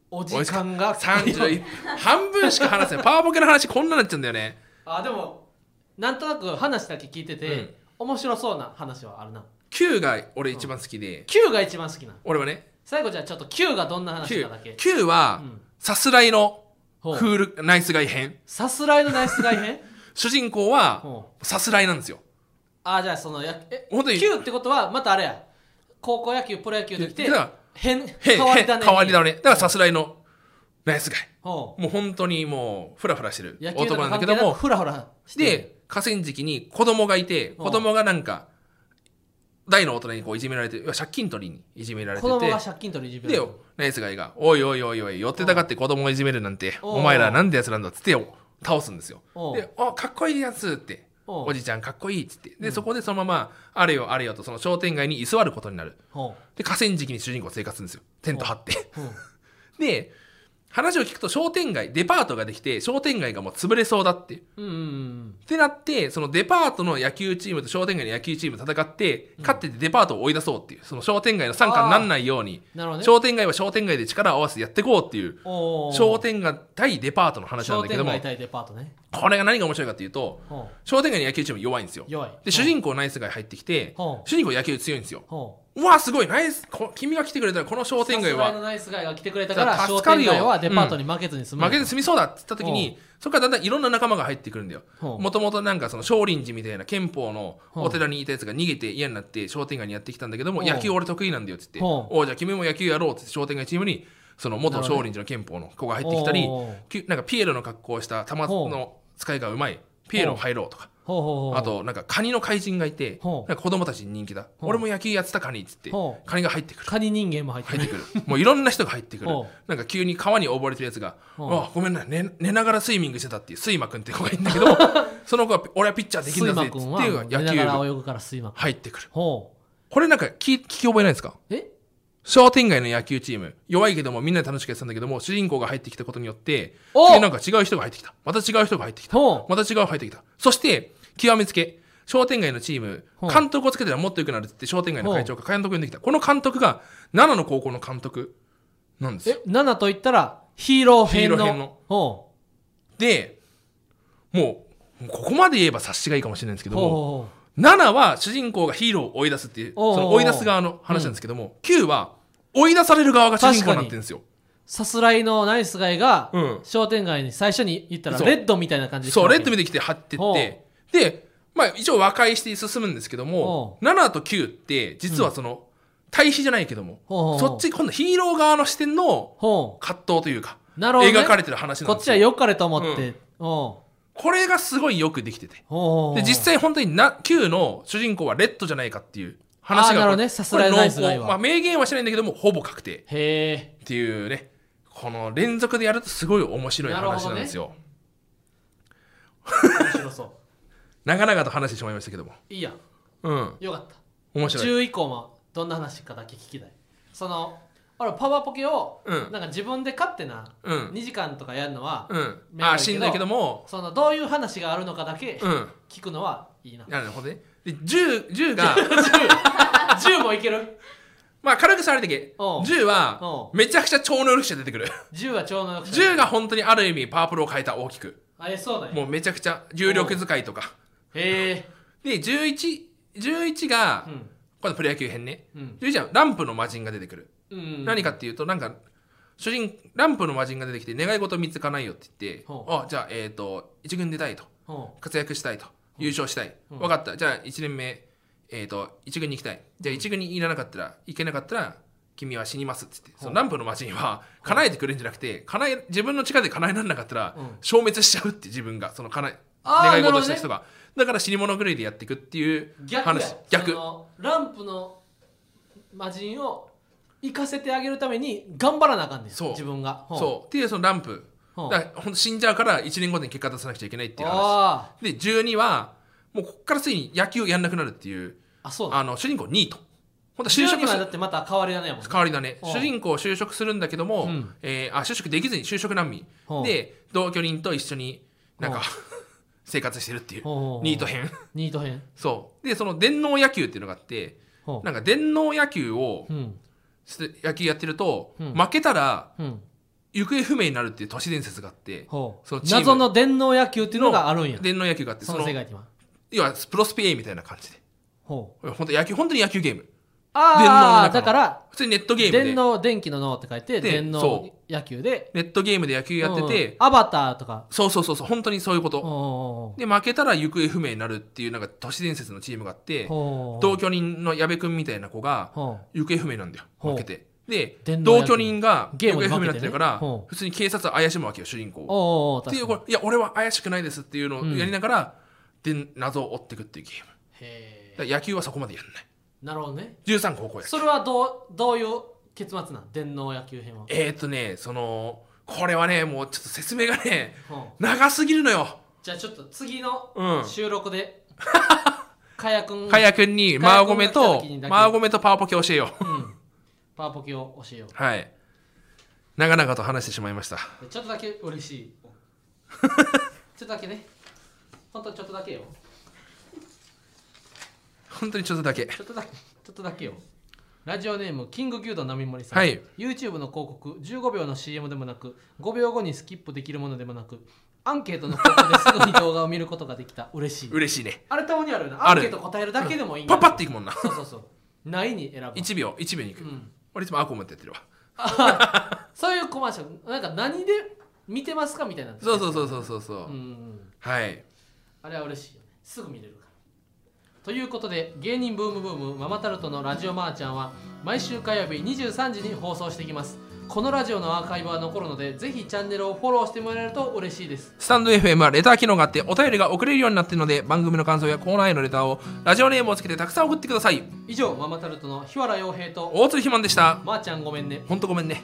Speaker 1: お時間が
Speaker 2: 31半分しか話せないパワーボケの話こんなになっちゃうんだよね
Speaker 1: あでもなんとなく話だけ聞いてて、
Speaker 2: うん
Speaker 1: 面白そうな話はあるな
Speaker 2: 9が俺一番好きで
Speaker 1: 9が一番好きな
Speaker 2: 俺はね
Speaker 1: 最後じゃあちょっと9がどんな話かだけ
Speaker 2: 9, 9は
Speaker 1: うん
Speaker 2: さすらいのク
Speaker 1: ほう
Speaker 2: ールナイスガイ編
Speaker 1: さすらいのナイスガイ編
Speaker 2: 主人公は
Speaker 1: ほ
Speaker 2: さすらいなんですよ
Speaker 1: あじゃあそのやえ
Speaker 2: 本当に
Speaker 1: 9ってことはまたあれや高校野球プロ野球できて
Speaker 2: だから
Speaker 1: 変
Speaker 2: 変
Speaker 1: 変わりだね
Speaker 2: 変わりだねだからさすらいのナイスガイ
Speaker 1: ほう
Speaker 2: もう本当にもうフラフラしてる
Speaker 1: 野球と
Speaker 2: 男
Speaker 1: か
Speaker 2: なん
Speaker 1: 関係
Speaker 2: だけど
Speaker 1: なく
Speaker 2: も
Speaker 1: フラフラしてる
Speaker 2: で河川敷に子供がいて
Speaker 1: うん
Speaker 2: 子供がなんか大の大人にこういじめられて要は借金取りにいじめられて
Speaker 1: 子供が
Speaker 2: て
Speaker 1: 借金取り自分
Speaker 2: でナイスガイが「おいおいおいおい寄ってたかって子供をいじめるなんて
Speaker 1: うん
Speaker 2: お前らなんでやつなんだ」っつって倒すんですよ
Speaker 1: うん
Speaker 2: で「あかっこいいやつ」って
Speaker 1: うん
Speaker 2: おじちゃんかっこいいっつってでそこでそのまま「あれよあれよ」とその商店街に居座ることになる
Speaker 1: ほ
Speaker 2: で河川敷に主人公生活するんですよテント張って
Speaker 1: うほう
Speaker 2: で話を聞くと商店街デパートができて商店街がもう潰れそうだってっ
Speaker 1: うんうんうん
Speaker 2: てなってそのデパートの野球チームと商店街の野球チーム戦って勝っててデパートを追い出そうっていうその商店街の傘下になんないように
Speaker 1: なるほどね
Speaker 2: 商店街は商店街で力を合わせてやっていこうっていう
Speaker 1: おー
Speaker 2: 商店街対デパートの話なん
Speaker 1: 商
Speaker 2: だけど
Speaker 1: 店
Speaker 2: も
Speaker 1: 街対デパートね
Speaker 2: これが何が面白いかっていうと
Speaker 1: ほ
Speaker 2: 商店街の野球チーム弱いんですよ
Speaker 1: う弱い
Speaker 2: で主人公ナイスガイ入ってきて
Speaker 1: ほう
Speaker 2: 主人公野球強いんですよ
Speaker 1: ほう
Speaker 2: うわすごいナイスこ君が来てくれたらこの商店街
Speaker 1: さすらい
Speaker 2: は
Speaker 1: のナイスガイが来てくれたから
Speaker 2: 助
Speaker 1: 商
Speaker 2: かる
Speaker 1: 店
Speaker 2: よ
Speaker 1: 街はデパートに負けずに済む
Speaker 2: 負けて済みそうだって言った時にそこからだんだんいろんな仲間が入ってくるんだよ
Speaker 1: ほう
Speaker 2: もともとなんかその少林寺みたいな憲法のお寺にいたやつが逃げて嫌になって商店街にやってきたんだけども
Speaker 1: ほう
Speaker 2: 野球俺得意なんだよって言っ
Speaker 1: ほ
Speaker 2: て
Speaker 1: う
Speaker 2: おうじゃあ君も野球やろうって言って商店街チームにその元少林寺の憲法の子が入ってきたり
Speaker 1: おう
Speaker 2: きゅなんかピエロの格好をした玉
Speaker 1: ほう
Speaker 2: の使いがうまいピエロ入ろうとか
Speaker 1: ほうほうほう
Speaker 2: あとなんかカニの怪人がいてな
Speaker 1: ほ
Speaker 2: ん
Speaker 1: う
Speaker 2: か子供たちに人気だ
Speaker 1: ほう
Speaker 2: 俺も野球やってたカニっつって
Speaker 1: ほ
Speaker 2: カニが入ってくる
Speaker 1: カニ人間も入って
Speaker 2: 入っ
Speaker 1: る
Speaker 2: てくるもういろんな人が入ってくる
Speaker 1: ほ
Speaker 2: なんか急に川に溺れてるやつが「
Speaker 1: ほう
Speaker 2: あごめんな寝寝ながらスイミングしてた」っていうスイマくんって子がいるんだけど その子は「俺はピッチャーできる
Speaker 1: 水
Speaker 2: んだぜ」
Speaker 1: 馬
Speaker 2: っ
Speaker 1: く
Speaker 2: てい
Speaker 1: ん
Speaker 2: う
Speaker 1: は
Speaker 2: の
Speaker 1: 寝
Speaker 2: が野
Speaker 1: な
Speaker 2: 球
Speaker 1: がら
Speaker 2: 部
Speaker 1: 泳ぐから水馬くん
Speaker 2: 入ってくる
Speaker 1: ほ
Speaker 2: これなんか聞聞き覚えないですか
Speaker 1: うえ
Speaker 2: 商店街の野球チーム弱いけどもみんなで楽しくやってたんだけども主人公が入ってきたことによって
Speaker 1: お
Speaker 2: 急になんか違う人が入ってきたまた違う人が入ってきた
Speaker 1: ほう
Speaker 2: また違う人が入ってきたそして極めつけ商店街のチーム
Speaker 1: ほう
Speaker 2: 監督をつけたらもっと良くなるって言って商店街の会長が監督呼んできたこの監督が奈良の高校の監督なんですよ
Speaker 1: え7と言ったらヒーロー編
Speaker 2: ヒーロ
Speaker 1: の
Speaker 2: ー編の
Speaker 1: ほ
Speaker 2: でもうもうここまで言えば察しがいいかもしれないんですけ
Speaker 1: う
Speaker 2: ども
Speaker 1: ほう
Speaker 2: 7は主人公がヒーローを追い出すっていう
Speaker 1: おうおうおう
Speaker 2: その追い出す側の話なんですけども、9は追い出される側が主人公になってるんですよ
Speaker 1: さすらいのナイスガイが
Speaker 2: うん
Speaker 1: 商店街に最初に行ったら
Speaker 2: そう
Speaker 1: レッドみたいな感じで来た
Speaker 2: そう
Speaker 1: わけ
Speaker 2: レッド見てきて張って
Speaker 1: おう
Speaker 2: ってでまあ一応和解して進むんですけども7と9って実はその対比じゃないけども
Speaker 1: おうおうおう
Speaker 2: そっち今度ヒーロー側の視点の
Speaker 1: ほ
Speaker 2: 葛藤というか
Speaker 1: うなるほどね
Speaker 2: 描かれてる話な
Speaker 1: こ
Speaker 2: ん
Speaker 1: っ
Speaker 2: です
Speaker 1: ちは
Speaker 2: よ
Speaker 1: 良かれと思ってほ
Speaker 2: これがすごいよくできてて
Speaker 1: うほう
Speaker 2: で実際本当にな Q の主人公はレッドじゃないかっていう話
Speaker 1: あーな
Speaker 2: が
Speaker 1: るほ
Speaker 2: こ
Speaker 1: ど
Speaker 2: れ
Speaker 1: ねさすらいのナイスガイは
Speaker 2: これ濃厚まあ明言はしないんだけどもほぼ確定
Speaker 1: へえ
Speaker 2: っていうねこの連続でやるとすごい面白い
Speaker 1: なるほ
Speaker 2: 話
Speaker 1: どね
Speaker 2: なんですよ、
Speaker 1: 面白そ
Speaker 2: 長々と話してしまいましたけども
Speaker 1: ういいやん
Speaker 2: うん
Speaker 1: よかった
Speaker 2: 面白い
Speaker 1: 10以降もどんな話かだけ聞きたいその俺パワーポケを
Speaker 2: うん
Speaker 1: なんか自分で勝手な
Speaker 2: うん
Speaker 1: 2時間とかやるのは
Speaker 2: うん
Speaker 1: めんどいけど
Speaker 2: あしんどいけども
Speaker 1: そのどういう話があるのかだけ
Speaker 2: うん
Speaker 1: 聞くのはいいな
Speaker 2: なるほどねで 10, 10が
Speaker 1: 10もいける
Speaker 2: まあ軽く触るだけ
Speaker 1: うん
Speaker 2: 10は
Speaker 1: う
Speaker 2: めちゃくちゃ超能力者出てくる
Speaker 1: ん10は超能力者
Speaker 2: 10が本当にある意味パワープロを変えた大きく
Speaker 1: あえそうだよ
Speaker 2: もうめちゃくちゃ重力使いとか
Speaker 1: へえ
Speaker 2: で1111が
Speaker 1: うん
Speaker 2: このプロ野球編ね
Speaker 1: うん
Speaker 2: 11はランプの魔人が出てくる
Speaker 1: うん
Speaker 2: 何かっていうとなんか主人ランプの魔人が出てきて願い事見つかないよって言って
Speaker 1: ほう
Speaker 2: あじゃあえっ、と一軍出たいと
Speaker 1: うん
Speaker 2: 活躍したいと優勝したい、
Speaker 1: うん
Speaker 2: 分かったじゃあ1年目えっ、と一軍に行きたいじゃあ一軍にいらなかったらいけなかったら君は死にますって言ってそのランプの魔人は叶えてくれるんじゃなくて叶え自分の力で叶えられなかったら
Speaker 1: うん
Speaker 2: 消滅しちゃうって自分がその叶え
Speaker 1: あー
Speaker 2: 願い事した人が、だから死に物狂いでやっていくっていう
Speaker 1: 逆や
Speaker 2: 話逆
Speaker 1: そのランプの魔人を行かせてあげるために頑張らなあかんねん
Speaker 2: そう
Speaker 1: 自分が
Speaker 2: そうっていうそのランプ
Speaker 1: う
Speaker 2: だからほんと死んじゃうから1年後に結果出さなくちゃいけないっていう話
Speaker 1: あ
Speaker 2: で12はもうこっからついに野球をやんなくなるっていう
Speaker 1: ーあそうだ
Speaker 2: あの主人公ニートほんと就
Speaker 1: 就
Speaker 2: 職
Speaker 1: 職
Speaker 2: す
Speaker 1: はだってまた変わりないもんね
Speaker 2: 代わりだね
Speaker 1: うん
Speaker 2: 主人公就職するんだけども、
Speaker 1: うん
Speaker 2: えーあ就職できずに就職難民
Speaker 1: うん
Speaker 2: で同居人と一緒になん
Speaker 1: う
Speaker 2: か
Speaker 1: ん
Speaker 2: 生活してるっていう
Speaker 1: ほう
Speaker 2: ニート編
Speaker 1: ニート編
Speaker 2: そうでその電脳野球っていうのがあって
Speaker 1: ほう
Speaker 2: なんか電脳野球を
Speaker 1: うん
Speaker 2: して野球やってると、
Speaker 1: うん
Speaker 2: 負けたら
Speaker 1: うん
Speaker 2: 行方不明になるっていう都市伝説があって
Speaker 1: ほう
Speaker 2: そのチーム
Speaker 1: 謎の電脳野球っていうのがあるんや
Speaker 2: 電脳野球があって
Speaker 1: そ
Speaker 2: そ
Speaker 1: の
Speaker 2: の
Speaker 1: 世界には
Speaker 2: 要はプロスピ A みたいな感じで
Speaker 1: ほう
Speaker 2: 本当野球本当に野球ゲーム
Speaker 1: ああ
Speaker 2: 電脳の中の
Speaker 1: だから
Speaker 2: 普通にネットゲームで
Speaker 1: 電脳電気の脳って書いて
Speaker 2: で
Speaker 1: 電脳
Speaker 2: そ
Speaker 1: 野球で
Speaker 2: ネットゲームで野球やってて、
Speaker 1: うんアバターとか
Speaker 2: そうそうそうそう本当にそういうこと、
Speaker 1: ほう
Speaker 2: で負けたら行方不明になるっていうなんか都市伝説のチームがあって
Speaker 1: ほう
Speaker 2: 同居人の矢部君みたいな子が
Speaker 1: ほ
Speaker 2: 行方不明なんだよ
Speaker 1: ほう
Speaker 2: 負けてで
Speaker 1: 電脳
Speaker 2: 同
Speaker 1: 役
Speaker 2: 居人が
Speaker 1: ゲ
Speaker 2: 行
Speaker 1: ーム
Speaker 2: 方
Speaker 1: に
Speaker 2: 不明に
Speaker 1: 負
Speaker 2: な
Speaker 1: けてね
Speaker 2: ってるから
Speaker 1: ほう
Speaker 2: 普通に警察は怪しむわけよ主人公
Speaker 1: う
Speaker 2: を
Speaker 1: おうおう
Speaker 2: っていう
Speaker 1: 確か
Speaker 2: これいや俺は怪しくないですっていうのをやりながら、で謎を追っていくっていうゲーム
Speaker 1: にへえ
Speaker 2: だから野球はそこまでやんない
Speaker 1: なるほどね
Speaker 2: 13高校や
Speaker 1: それはどうどういう結末なん電脳野球編は、
Speaker 2: えー、とねそのこれはねもうちょっと説明がね
Speaker 1: うん
Speaker 2: 長すぎるのよ
Speaker 1: じゃあちょっと次の
Speaker 2: うん
Speaker 1: 収録で、 かやくん
Speaker 2: かやくんにマーゴメ
Speaker 1: かやくんが来た
Speaker 2: と
Speaker 1: 時にだけ
Speaker 2: マーゴメとパワポケ教えよう
Speaker 1: うんパワポケを教えよう
Speaker 2: はい。長々と話してしまいました。
Speaker 1: でちょっとだけ嬉し いちょっとだけねほんとちょっとだけよ
Speaker 2: 本当にちょっとだけ。
Speaker 1: ちょっとだけちょっとだけよラジオネームキング牛丼並盛さん、
Speaker 2: はい
Speaker 1: YouTube の広告15秒の CM でもなく5秒後にスキップできるものでもなくアンケートの広告ですぐに動画を見ることができた嬉しい
Speaker 2: 嬉しいね。
Speaker 1: あれたまにあるよなア
Speaker 2: あ
Speaker 1: ン
Speaker 2: る
Speaker 1: ケート答えるだけでもいいんや
Speaker 2: パッパっていくもんな。
Speaker 1: そうそうそう。ないに選ぶ。
Speaker 2: 1秒、1秒にいく。
Speaker 1: うん
Speaker 2: 俺いつもアコムってやってるわ。
Speaker 1: そういうコマーシャル、なんか何で見てますかみたいな。
Speaker 2: そうそうそうそうそうそうう。
Speaker 1: ん。
Speaker 2: はい。
Speaker 1: あれは嬉しいよね。すぐ見れるから。ということで、芸人ブームブームママタルトのラジオマーちゃんは毎週火曜日23時に放送してきます。このラジオのアーカイブは残るので、ぜひチャンネルをフォローしてもらえると嬉しいです。
Speaker 2: スタンド FM はレター機能があってお便りが送れるようになっているので番組の感想やコーナーへのレターをラジオネームをつけてたくさん送ってください。
Speaker 1: 以上、ママタルトの日原洋平と
Speaker 2: 大鶴ひまんでした。
Speaker 1: まーちゃんごめんね。
Speaker 2: ほんとごめんね。